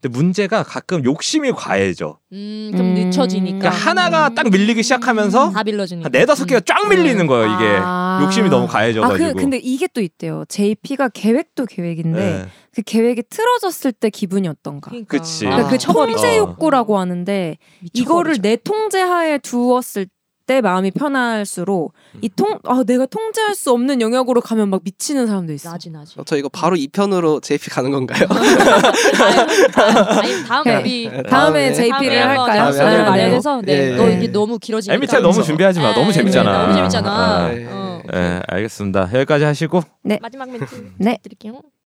Speaker 4: 근데 문제가 가끔 욕심이 과해져.
Speaker 6: 음, 좀
Speaker 5: 음.
Speaker 6: 늦춰지니까.
Speaker 4: 그러니까 하나가 딱 밀리기 시작하면서
Speaker 6: 다 빌려주니까. 음.
Speaker 4: 한 네다섯 개가 쫙 밀리는 거예요. 어, 이게
Speaker 5: 음. 아.
Speaker 4: 욕심이 너무 가해져가지고.
Speaker 5: 아, 그, 근데 이게 또 있대요. JP가 계획도 계획인데
Speaker 4: 네.
Speaker 5: 그 계획이 틀어졌을 때 기분이 어떤가.
Speaker 6: 그러니까.
Speaker 4: 그치.
Speaker 5: 그러니까 어.
Speaker 2: 아.
Speaker 5: 그
Speaker 6: 미쳐버리죠.
Speaker 5: 통제 욕구라고 하는데 이거를 내 통제하에 두었을 때 마음이 편할수록 이 통 아 내가 통제할 수 없는 영역으로 가면 막 미치는 사람도 있어.
Speaker 6: 나지 나지.
Speaker 2: 어, 저 이거 바로 2편으로 JP 가는 건가요?
Speaker 6: 아니 다음
Speaker 5: 네.
Speaker 6: 우리
Speaker 5: 다음에
Speaker 2: 다음에.
Speaker 5: JP를
Speaker 4: 다음에
Speaker 5: 할까요?
Speaker 2: 다음에
Speaker 6: 다음에
Speaker 2: 네.
Speaker 6: 마련해서 네.
Speaker 2: 예,
Speaker 6: 너
Speaker 5: 예.
Speaker 6: 이게 너무 길어지니까.
Speaker 4: MBTI 너무
Speaker 6: 그래서.
Speaker 4: 준비하지 마.
Speaker 5: 네,
Speaker 4: 너무
Speaker 6: 예,
Speaker 4: 재밌잖아.
Speaker 6: 너무 재밌잖아.
Speaker 4: 아.
Speaker 2: 예.
Speaker 6: 어.
Speaker 4: 예, 알겠습니다. 여기까지 하시고
Speaker 5: 네.
Speaker 6: 마지막 멘트
Speaker 5: 네.
Speaker 6: 드릴게요.